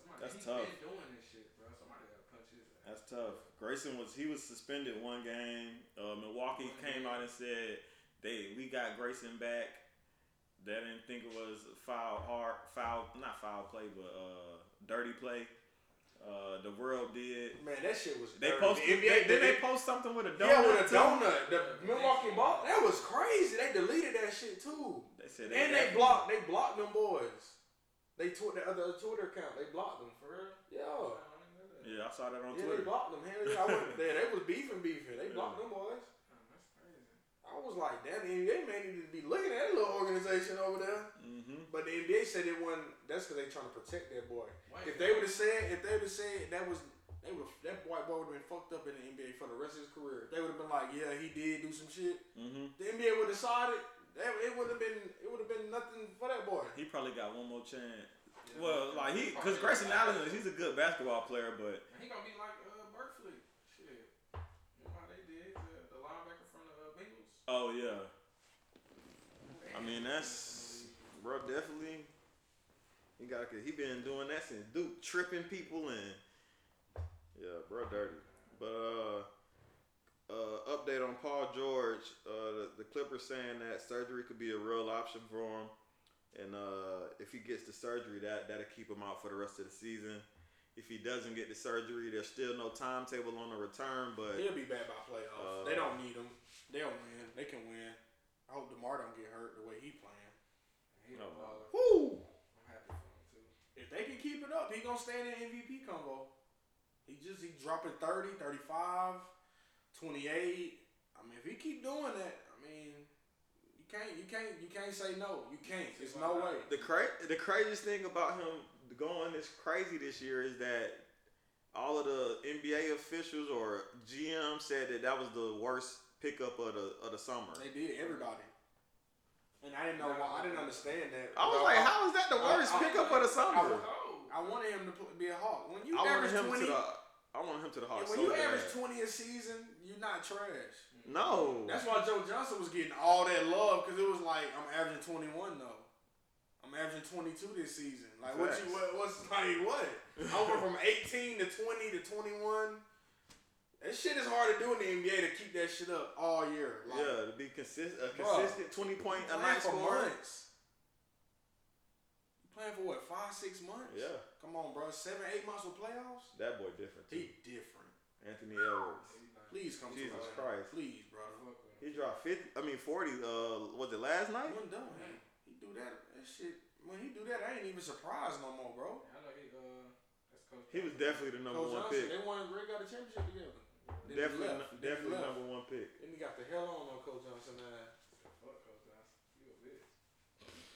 S6: Somebody,
S5: That's
S6: he
S5: tough.
S6: been doing this shit, bro. Somebody gotta punch his ass.
S5: That's tough. Grayson was he was suspended one game. Uh, Milwaukee came out and said they we got Grayson back. They didn't think it was foul hard foul not foul play but uh, dirty play. Uh, the world did.
S4: Man, that shit was.
S5: They
S4: dirty.
S5: posted.
S4: The NBA,
S5: Did they, post something with a donut?
S4: yeah, with a
S5: too?
S4: donut. The Milwaukee ball. That was crazy. They deleted that shit too.
S5: They said they
S4: And they
S5: got-
S4: blocked. They blocked them boys. They took the other Twitter account. They blocked them.
S6: For real?
S4: Yeah.
S6: I don't even know that.
S5: Yeah, I saw that on
S4: Yeah, they
S5: Twitter.
S4: blocked them. Hell yeah, I went there. They was beefing, beefing. They blocked them boys.
S6: Damn, that's crazy.
S4: I was like, damn, the NBA may need to be looking at that little organization over there.
S5: Mm-hmm.
S4: But the NBA said it wasn't. That's because they trying to protect that boy.
S6: Why
S4: If
S6: is
S4: they
S6: that?
S4: would have said, if they would have said that was, they would that white boy would have been fucked up in the NBA for the rest of his career. They would have been like, yeah, he did do some shit.
S5: Mm-hmm.
S4: The NBA would have decided that it would have been, it would have been nothing for that boy.
S5: He probably got one more chance. Well, like he, because Grayson Allen, he's a good basketball player, but
S6: Man, he gonna be like uh, Berkeley. Shit. You know how they did the, the linebacker from the uh, Bengals?
S5: oh yeah, I mean, that's bro. Definitely, he got. He been doing that since Duke, tripping people and yeah, bro, dirty. But uh, uh, update on Paul George. Uh, the, the Clippers saying that surgery could be a real option for him, and uh, if he gets the surgery, that that'll keep him out for the rest of the season. If he doesn't get the surgery, there's still no timetable on the return, but.
S4: He'll be bad by playoffs.
S5: Uh,
S4: they don't need him. They'll win. They can win. I hope Demar don't get hurt the way he playing.
S6: He
S5: Oh,
S6: a
S5: wow.
S6: baller.
S4: Woo!
S6: I'm happy for him too.
S4: If they can keep it up, he gonna stay in the MVP combo. He just he dropping 30, 35, 28. I mean, if he keep doing that, I mean, you can't you can't you can't say no. You can't. There's no way.
S5: The cra- the craziest thing about him going this crazy this year is that all of the NBA officials or GM said that that was the worst pickup of the of the summer.
S4: They did everybody. And I didn't know why. I didn't understand that.
S5: I was
S4: Bro,
S5: like, how is that the
S4: I-
S5: worst
S4: I-
S5: pickup of the summer?
S6: Oh,
S4: I wanted him to pl- be a hawk. When you
S5: I wanted
S4: average
S5: him
S4: twenty,
S5: to the I wanted him to the Hawks.
S4: when
S5: so
S4: you
S5: bad.
S4: average twenty a season, you're not trash.
S5: no,
S4: That's why Joe Johnson was getting all that love because it was like I'm averaging 21 though. I'm averaging 22 this season. Like what
S5: Facts.
S4: you what, what's like what? I went from 18 to 20 to 21. That shit is hard to do in the NBA to keep that shit up all year. Like,
S5: yeah, to be consistent, a
S4: Bruh.
S5: consistent twenty point
S4: you
S5: a
S4: playing
S5: night
S4: for
S5: score.
S4: months. You playing for what? Five, six months?
S5: Yeah.
S4: Come on, bro. Seven, eight months with playoffs.
S5: That boy different. Too.
S4: He different.
S5: Anthony Edwards.
S4: Please come
S5: Jesus
S4: to us.
S5: Christ.
S4: Please, brother.
S6: fuck with him.
S5: He dropped fifty. I mean forty. Uh, was it last night?
S4: When done, he, he do that. That shit. When he do that, I ain't even surprised no more, bro.
S6: I know he uh, that's Coach
S5: He was definitely the number
S4: Coach
S5: one
S4: Johnson,
S5: pick.
S4: they won. They got a championship together. Then he
S5: Definitely,
S4: left.
S5: nu-
S4: Then he
S5: definitely
S4: left.
S5: number one pick.
S4: Then he got the hell on on Coach Johnson. Man.
S6: said, fuck Coach Johnson. You a bitch.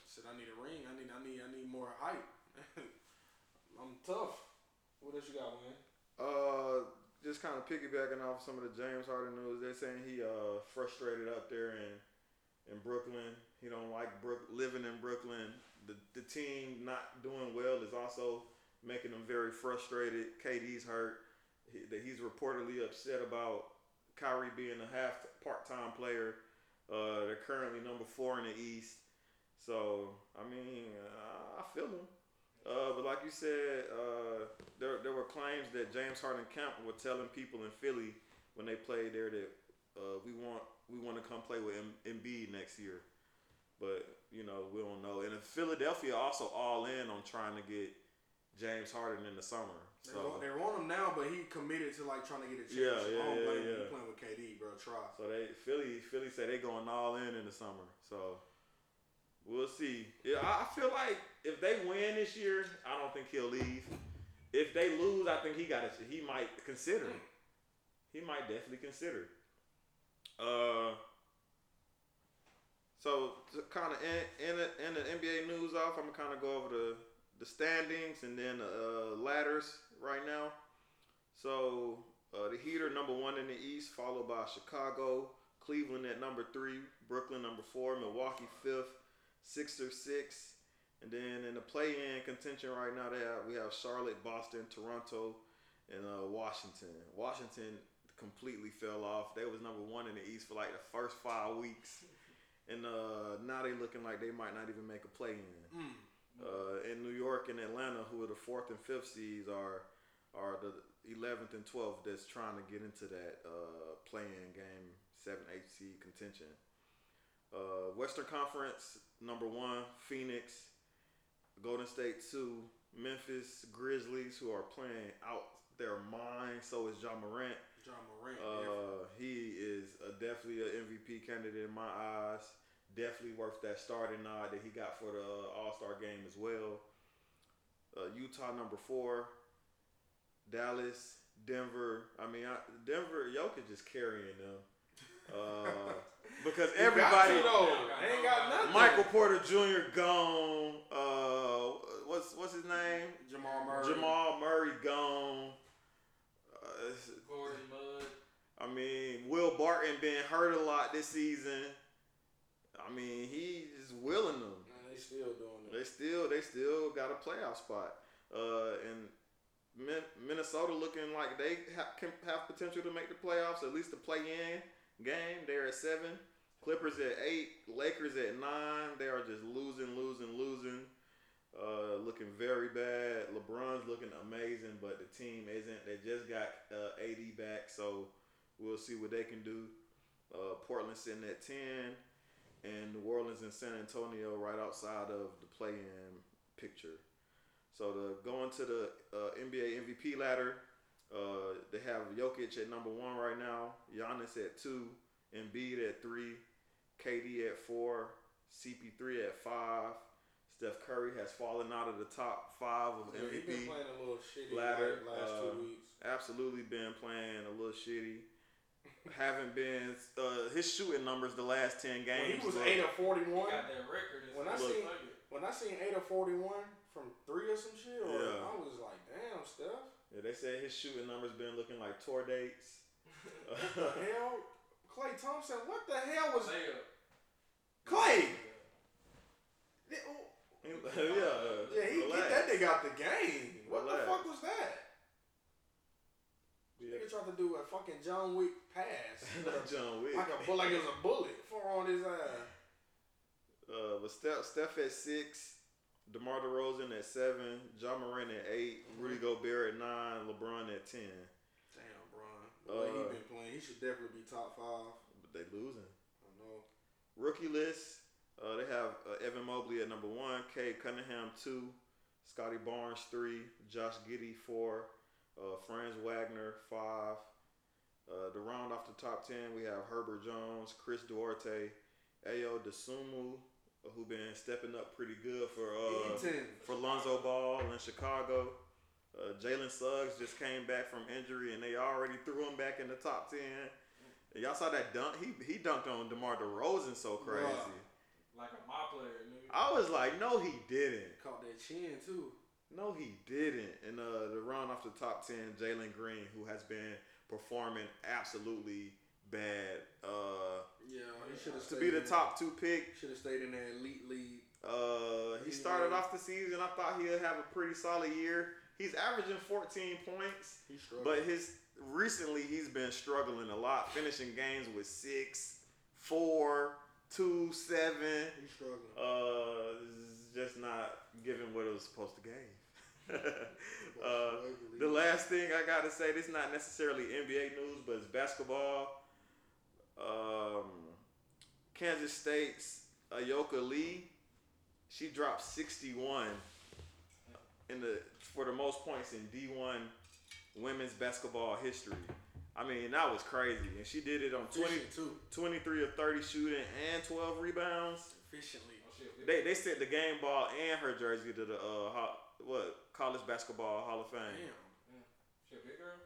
S4: Said I need a ring. I need. I need. I need more hype. I'm tough. What else you got, man?
S5: Uh, just kind of piggybacking off some of the James Harden news. They're saying he uh frustrated up there in in Brooklyn. He don't like Brook living in Brooklyn. The the team not doing well is also making him very frustrated. KD's hurt. He, that he's reportedly upset about Kyrie being a half part time player. Uh, they're currently number four in the East. So I mean, uh, I feel him. Uh, but like you said, uh, there, there were claims that James Harden Camp were telling people in Philly when they played there that uh, we want we want to come play with M- Embiid next year. But you know we don't know. And in Philadelphia also all in on trying to get James Harden in the summer.
S4: They
S5: So
S4: want- They want him now, but he committed to like trying to get a
S5: Yeah,
S4: championship. I
S5: yeah,
S4: don't
S5: yeah,
S4: blame him.
S5: yeah.
S4: He playing with KD, bro. Try.
S5: so they Philly Philly say they going all in in the summer. So we'll see. Yeah, I I feel like if they win this year, I don't think he'll leave. If they lose, I think he got it. He might consider. it. He might definitely consider. it. Uh. So to kind of in in the, in the NBA news off, I'm gonna kind of go over the the standings and then uh, ladders right now. So uh, the Heat are number one in the East, followed by Chicago, Cleveland at number three, Brooklyn number four, Milwaukee fifth, Sixers six, and then in the play-in contention right now, they have, we have Charlotte, Boston, Toronto, and uh, Washington. Washington completely fell off. They was number one in the East for like the first five weeks, and uh, now they looking like they might not even make a play-in. Uh, in New York and Atlanta, who are the fourth and fifth seeds, are are the 11th and 12th that's trying to get into that uh, playing game 7 8 seed contention. Uh, Western Conference number one, Phoenix, Golden State two, Memphis Grizzlies, who are playing out their mind. So is John Morant.
S4: John Morant.
S5: Uh, he is a, definitely an MVP candidate in my eyes. Definitely worth that starting nod that he got for the uh, All Star game as well. Uh, Utah number four, Dallas, Denver. I mean, I, Denver Jokic is carrying them uh, because everybody.
S4: Got you, though. They ain't got nothing.
S5: Michael Porter Jr. gone. Uh, what's what's his name?
S4: Jamal Murray.
S5: Jamal Murray gone. Uh, it's-
S6: Gordon Mudd.
S5: I mean, Will Barton been hurt a lot this season. I mean, he is willing them.
S4: Nah, they still doing it.
S5: They still they still got a playoff spot. Uh, and Min- Minnesota looking like they ha- can have potential to make the playoffs, at least the play-in game. They're at seven. Clippers at eight. Lakers at nine. They are just losing, losing, losing. Uh, looking very bad. LeBron's looking amazing, but the team isn't. They just got uh, AD back, so we'll see what they can do. Uh, Portland sitting at ten and New Orleans and San Antonio right outside of the play-in picture. So the going to the uh, NBA MVP ladder, uh, they have Jokic at number one right now, Giannis at two, Embiid at three, KD at four, CP3 at five. Steph Curry has fallen out of the top five of
S4: Yeah, he been
S5: MVP.
S4: playing a little shitty
S5: ladder,
S4: like, last
S5: uh,
S4: two weeks.
S5: Absolutely been playing a little shitty. Haven't been uh, his shooting numbers the last ten
S4: When
S5: games.
S4: he was
S5: look-
S4: eight of forty-one.
S6: Got that record. It's
S4: When I
S6: like-
S4: seen
S6: fuck it.
S4: when I seen eight of forty-one from three or some shit, or I
S5: Yeah.
S4: was like, damn, Steph.
S5: Yeah, they said his shooting numbers been looking like tour dates.
S4: hell, Clay Thompson. What the hell was
S6: Say up.
S4: Clay?
S5: yeah, yeah,
S4: oh, Yeah, he get that nigga out the game. What
S5: Relax.
S4: the fuck was that? Nigga tried to do a fucking John Wick pass.
S5: Not John Wick.
S4: like a bu- like it was a bullet for on his ass.
S5: Uh, but Steph, Steph at six, DeMar DeRozan at seven, John Moran at eight,
S4: Mm-hmm.
S5: Rudy Gobert at nine, LeBron at ten.
S4: Damn, Bron. The way
S5: Uh,
S4: he been playing, he should definitely be top five.
S5: But they losing.
S4: I know.
S5: Rookie list. Uh, they have uh, Evan Mobley at number one, Kay Cunningham two, Scotty Barnes three, Josh Giddy four, uh, Franz Wagner five. Uh, to round off the top ten, we have Herbert Jones, Chris Duarte, Ayo Desumu, who been stepping up pretty good for uh,
S4: Eaton.
S5: for Lonzo Ball in Chicago. Uh, Jalen Suggs just came back from injury, and they already threw him back in the top ten. And y'all saw that dunk? He he dunked on DeMar DeRozan so crazy.
S4: Bruh.
S6: Like a my player, nigga.
S5: I was like, no, he didn't.
S4: Caught that chin too.
S5: No, he didn't. And uh, the run off the top ten, Jalen Green, who has been performing absolutely bad. Uh,
S4: Yeah, he should have
S5: to be the top two pick,
S4: Should have stayed in that elite league.
S5: uh, he started off the season. I thought he'd have a pretty solid year. He's averaging 14 points,
S4: He struggled.
S5: but his recently he's been struggling a lot, finishing games with six, four, two, seven.
S4: he struggling.
S5: Uh, it's just not giving what it was supposed to give. uh, the last thing I gotta say, this is not necessarily NBA news, but it's basketball. Um, Kansas State's Ayoka Lee, she dropped 61 in the for the most points in D1 women's basketball history. I mean, that was crazy, and she did it on 20,
S4: Efficient too.
S5: 23 of 30 shooting and 12 rebounds.
S4: Efficiently.
S6: Oh, shit.
S5: They they sent the game ball and her jersey to the uh ho- what college basketball Hall of Fame.
S4: Damn.
S6: Shit, big girl.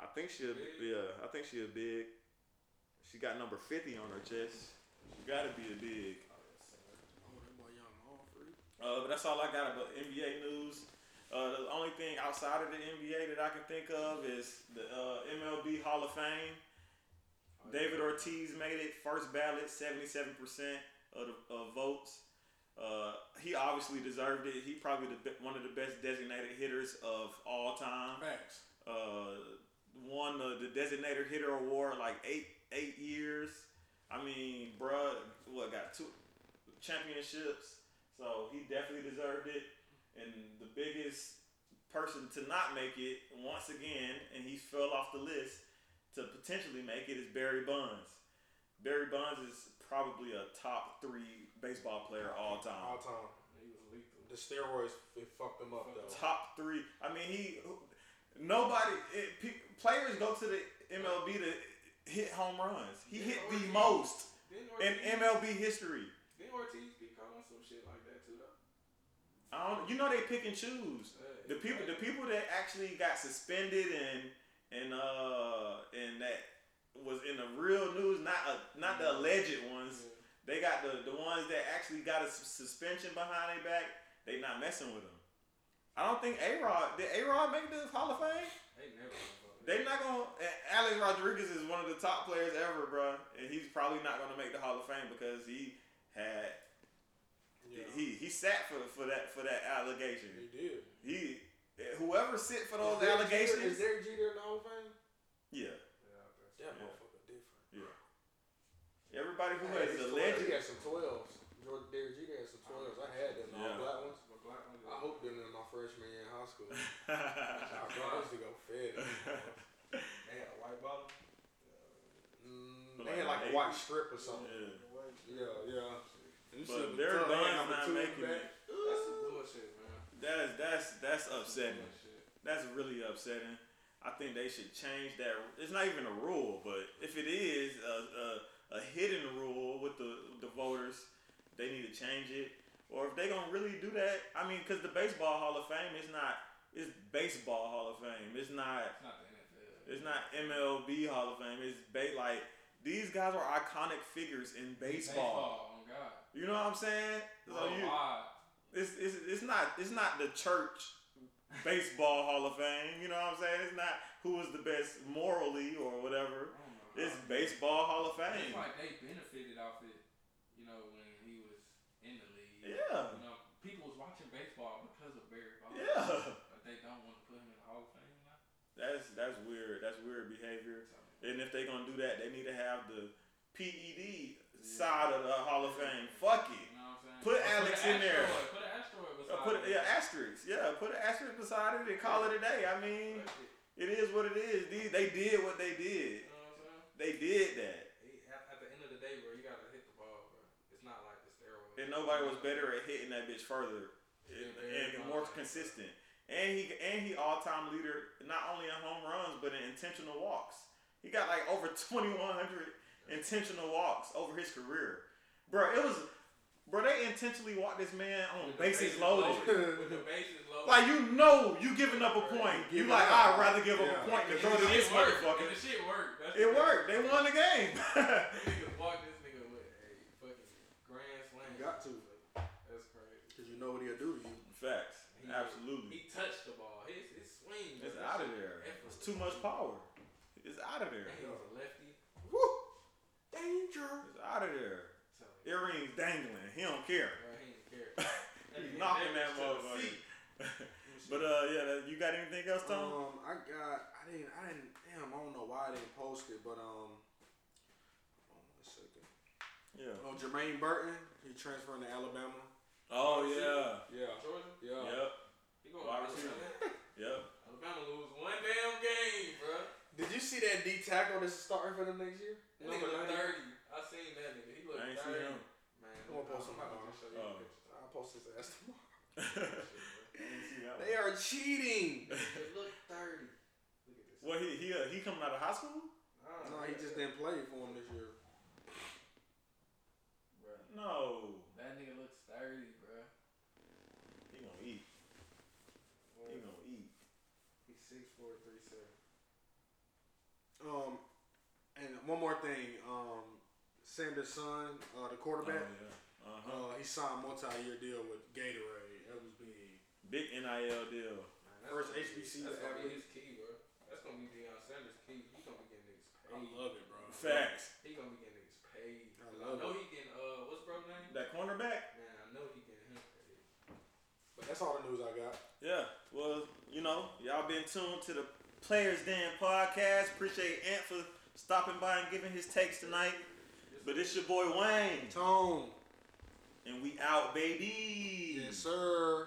S5: I think she'll yeah I think she'll big. She got number fifty on her chest. She gotta be a big.
S4: Oh, that boy young all free.
S5: Uh, but that's all I got about NBA news. Uh, the only thing outside of the NBA that I can think of is the uh, MLB Hall of Fame. David Ortiz made it first ballot, seventy-seven percent of the of votes. Uh, he obviously deserved it. He probably the, be- one of the best designated hitters of all time.
S4: Facts.
S5: Uh, won the, the designated hitter award like eight eight years. I mean, bruh, what got two championships? So he definitely deserved it. And the biggest person to not make it once again, and he fell off the list to potentially make it is Barry Bonds. Barry Bonds is probably a top three baseball player all time.
S4: All time.
S6: He was lethal.
S4: The steroids it fucked him up though.
S5: top three. I mean, he nobody it, pe- players go to the MLB to hit home runs. He hit the most
S6: Didn't
S5: in
S6: Ortiz,
S5: MLB history.
S6: didn't Ortiz be calling some shit like that too though?
S5: I don't, you know they pick and choose. The people, the people that actually got suspended and and uh and that was in the real news, not a, not the alleged ones. They got the the ones that actually got a sus- suspension behind their back. They not messing with them. I don't think A Rod did A Rod make the Hall of Fame.
S6: They never gonna
S5: They not gonna. A- Alex Rodriguez is one of the top players ever, bro, and he's probably not gonna make the Hall of Fame because he had
S4: Yeah. He,
S5: he he sat for for that for that allegation.
S4: did.
S5: He whoever sit for
S4: Is Derek
S5: those
S4: Jeter-
S5: Oh, allegations,
S4: Is Derek Jeter in the Hall of Fame?
S5: yeah,
S4: That
S5: Yeah.
S4: motherfucker different.
S5: yeah. Everybody who
S4: Hey,
S5: has
S4: he's 12. He
S5: the legend,
S4: had some twelves. Jordan Derek Jeter had some twelves. I had them. All
S5: Yeah.
S4: black ones.
S6: But black ones.
S4: I hope them in my freshman year in high school. I was to go fed.
S6: They had a white bottom.
S4: Mm, they had like a white strip or something.
S5: Yeah.
S4: Yeah, yeah.
S5: but Derek Barnes not making it.
S6: That's some bullshit, man.
S5: That is that's that's upsetting.
S6: Bullshit.
S5: That's really upsetting. I think they should change that. It's not even a rule, but if it is a, a, a hidden rule with the the voters, they need to change it. Or if they gonna really do that, I mean, because the baseball Hall of Fame is not it's baseball Hall of Fame. It's not
S6: It's not the NFL.
S5: it's not MLB Hall of Fame. It's ba- like these guys are iconic figures in baseball.
S6: Baseball, on God.
S5: You know what I'm saying? So
S6: Oh,
S5: you-
S6: why?
S5: it's, it's, it's not it's not the church baseball hall of fame. You know what I'm saying? It's not who was the best morally or whatever.
S6: I don't know.
S5: It's baseball hall of fame.
S6: It's like they benefited off it, you know, when he was in the league.
S5: Yeah.
S6: You know, people was watching baseball because of Barry Bonds.
S5: Yeah,
S6: But they don't want to put him in the Hall of Fame now.
S5: that's that's weird. That's weird behavior. And if they gonna do that, they need to have the PED side of the hall of fame. Fuck
S6: You
S5: it.
S6: know what I'm saying?
S5: Put
S6: Or
S5: Alex
S6: an
S5: in there.
S6: asteroid- Put an asteroid
S5: Uh,
S6: beside
S5: Put
S6: him.
S5: yeah asterisk. Yeah, put an asterisk beside it and call it a day. I mean,
S6: Fuck it.
S5: it is what it is. These they did what they did.
S6: You know what I'm
S5: They
S6: saying?
S5: did that.
S6: He- At, at the end of the day, bro, you gotta hit the ball, bro. It's not like the steroids.
S5: and nobody was better at hitting that bitch further and, and more consistent. And he and he all time leader not only in home runs but in intentional walks. He got like over twenty one hundred intentional walks over his career, bro. It was Bro, they intentionally walked this man on
S6: With the
S5: bases loaded.
S6: With the bases loaded.
S5: Like you know, you giving up a point. You
S4: Giving
S5: like
S4: up.
S5: I'd rather give up
S4: Yeah.
S5: a point than
S6: And
S5: throw to
S6: the
S5: this
S6: shit worked. And
S5: motherfucker.
S6: The shit worked. That's
S5: It
S6: the-
S5: worked. They won the game.
S6: This nigga walked this nigga with a fucking grand slam.
S4: You got to,
S6: That's crazy.
S4: because you know what he'll do to you.
S5: Facts.
S6: He-
S5: Absolutely.
S6: He touched the ball. His his swing.
S5: It's
S6: was-
S5: out of there. It's too much power. It's out of there.
S6: And he was a lefty.
S5: Woo!
S4: Danger.
S5: It's out of there.
S6: So
S5: Earrings dangling. He don't care.
S6: bro, he didn't care.
S5: He's knocking that motherfucker. but uh, yeah, that- you got anything else, Tom?
S4: Um, I got. I didn't. I didn't. Damn, I don't know why I didn't post it, but um. hold on a second.
S5: yeah.
S4: Oh, Jermaine Burton, he transferring to Alabama.
S5: Oh yeah.
S4: Yeah,
S6: Jordan,
S4: yeah.
S5: Yep.
S6: he going
S5: Wide
S6: to
S5: receiver.
S6: Alabama.
S5: Yep.
S6: Alabama lose one damn game, bro.
S4: Did you see that D tackle that's starting for them next year?
S6: That nigga look thirty. I seen that nigga. He look
S5: I ain't seen him.
S6: thirty. Man,
S4: I'm gonna post him
S6: I'm
S4: tomorrow.
S6: about to show you
S5: Oh.
S6: a picture.
S4: I'll post his ass tomorrow.
S5: I didn't see that
S4: They are cheating.
S5: one.
S6: He look thirty. Look at this.
S5: Well, he he uh, he coming out of high school?
S6: Nah,
S4: No, he just didn't play for him this year.
S6: Bro,
S5: No,
S6: that nigga looks thirty, bro.
S5: he gonna eat. He gonna eat.
S6: He's six four three seven.
S4: Um, and one more thing. Um, Sanders' son, uh, the
S5: Oh,
S4: quarterback,
S5: yeah. Uh huh.
S4: uh, he signed a multi-year deal with Gatorade. That was big.
S5: Big NIL deal.
S6: Man, that's
S4: First
S6: gonna be-
S4: HBCU
S6: That's gonna be
S4: athlete.
S6: his key, bro. That's gonna be Deion Sanders' key. He gonna be getting niggas
S4: I
S6: paid.
S4: love it, bro.
S5: Facts.
S6: He gonna be getting niggas paid.
S4: I
S6: I,
S4: love
S6: know
S4: it.
S6: he getting uh, what's bro name?
S5: That cornerback.
S6: Man, I know he getting him paid.
S4: But that's all the news I got.
S5: Yeah. Well, you know, y'all been tuned to the Players Den podcast. Appreciate Ant for stopping by and giving his takes tonight. But it's your boy Wayne,
S4: Tone.
S5: and we out, baby.
S4: Yes, sir.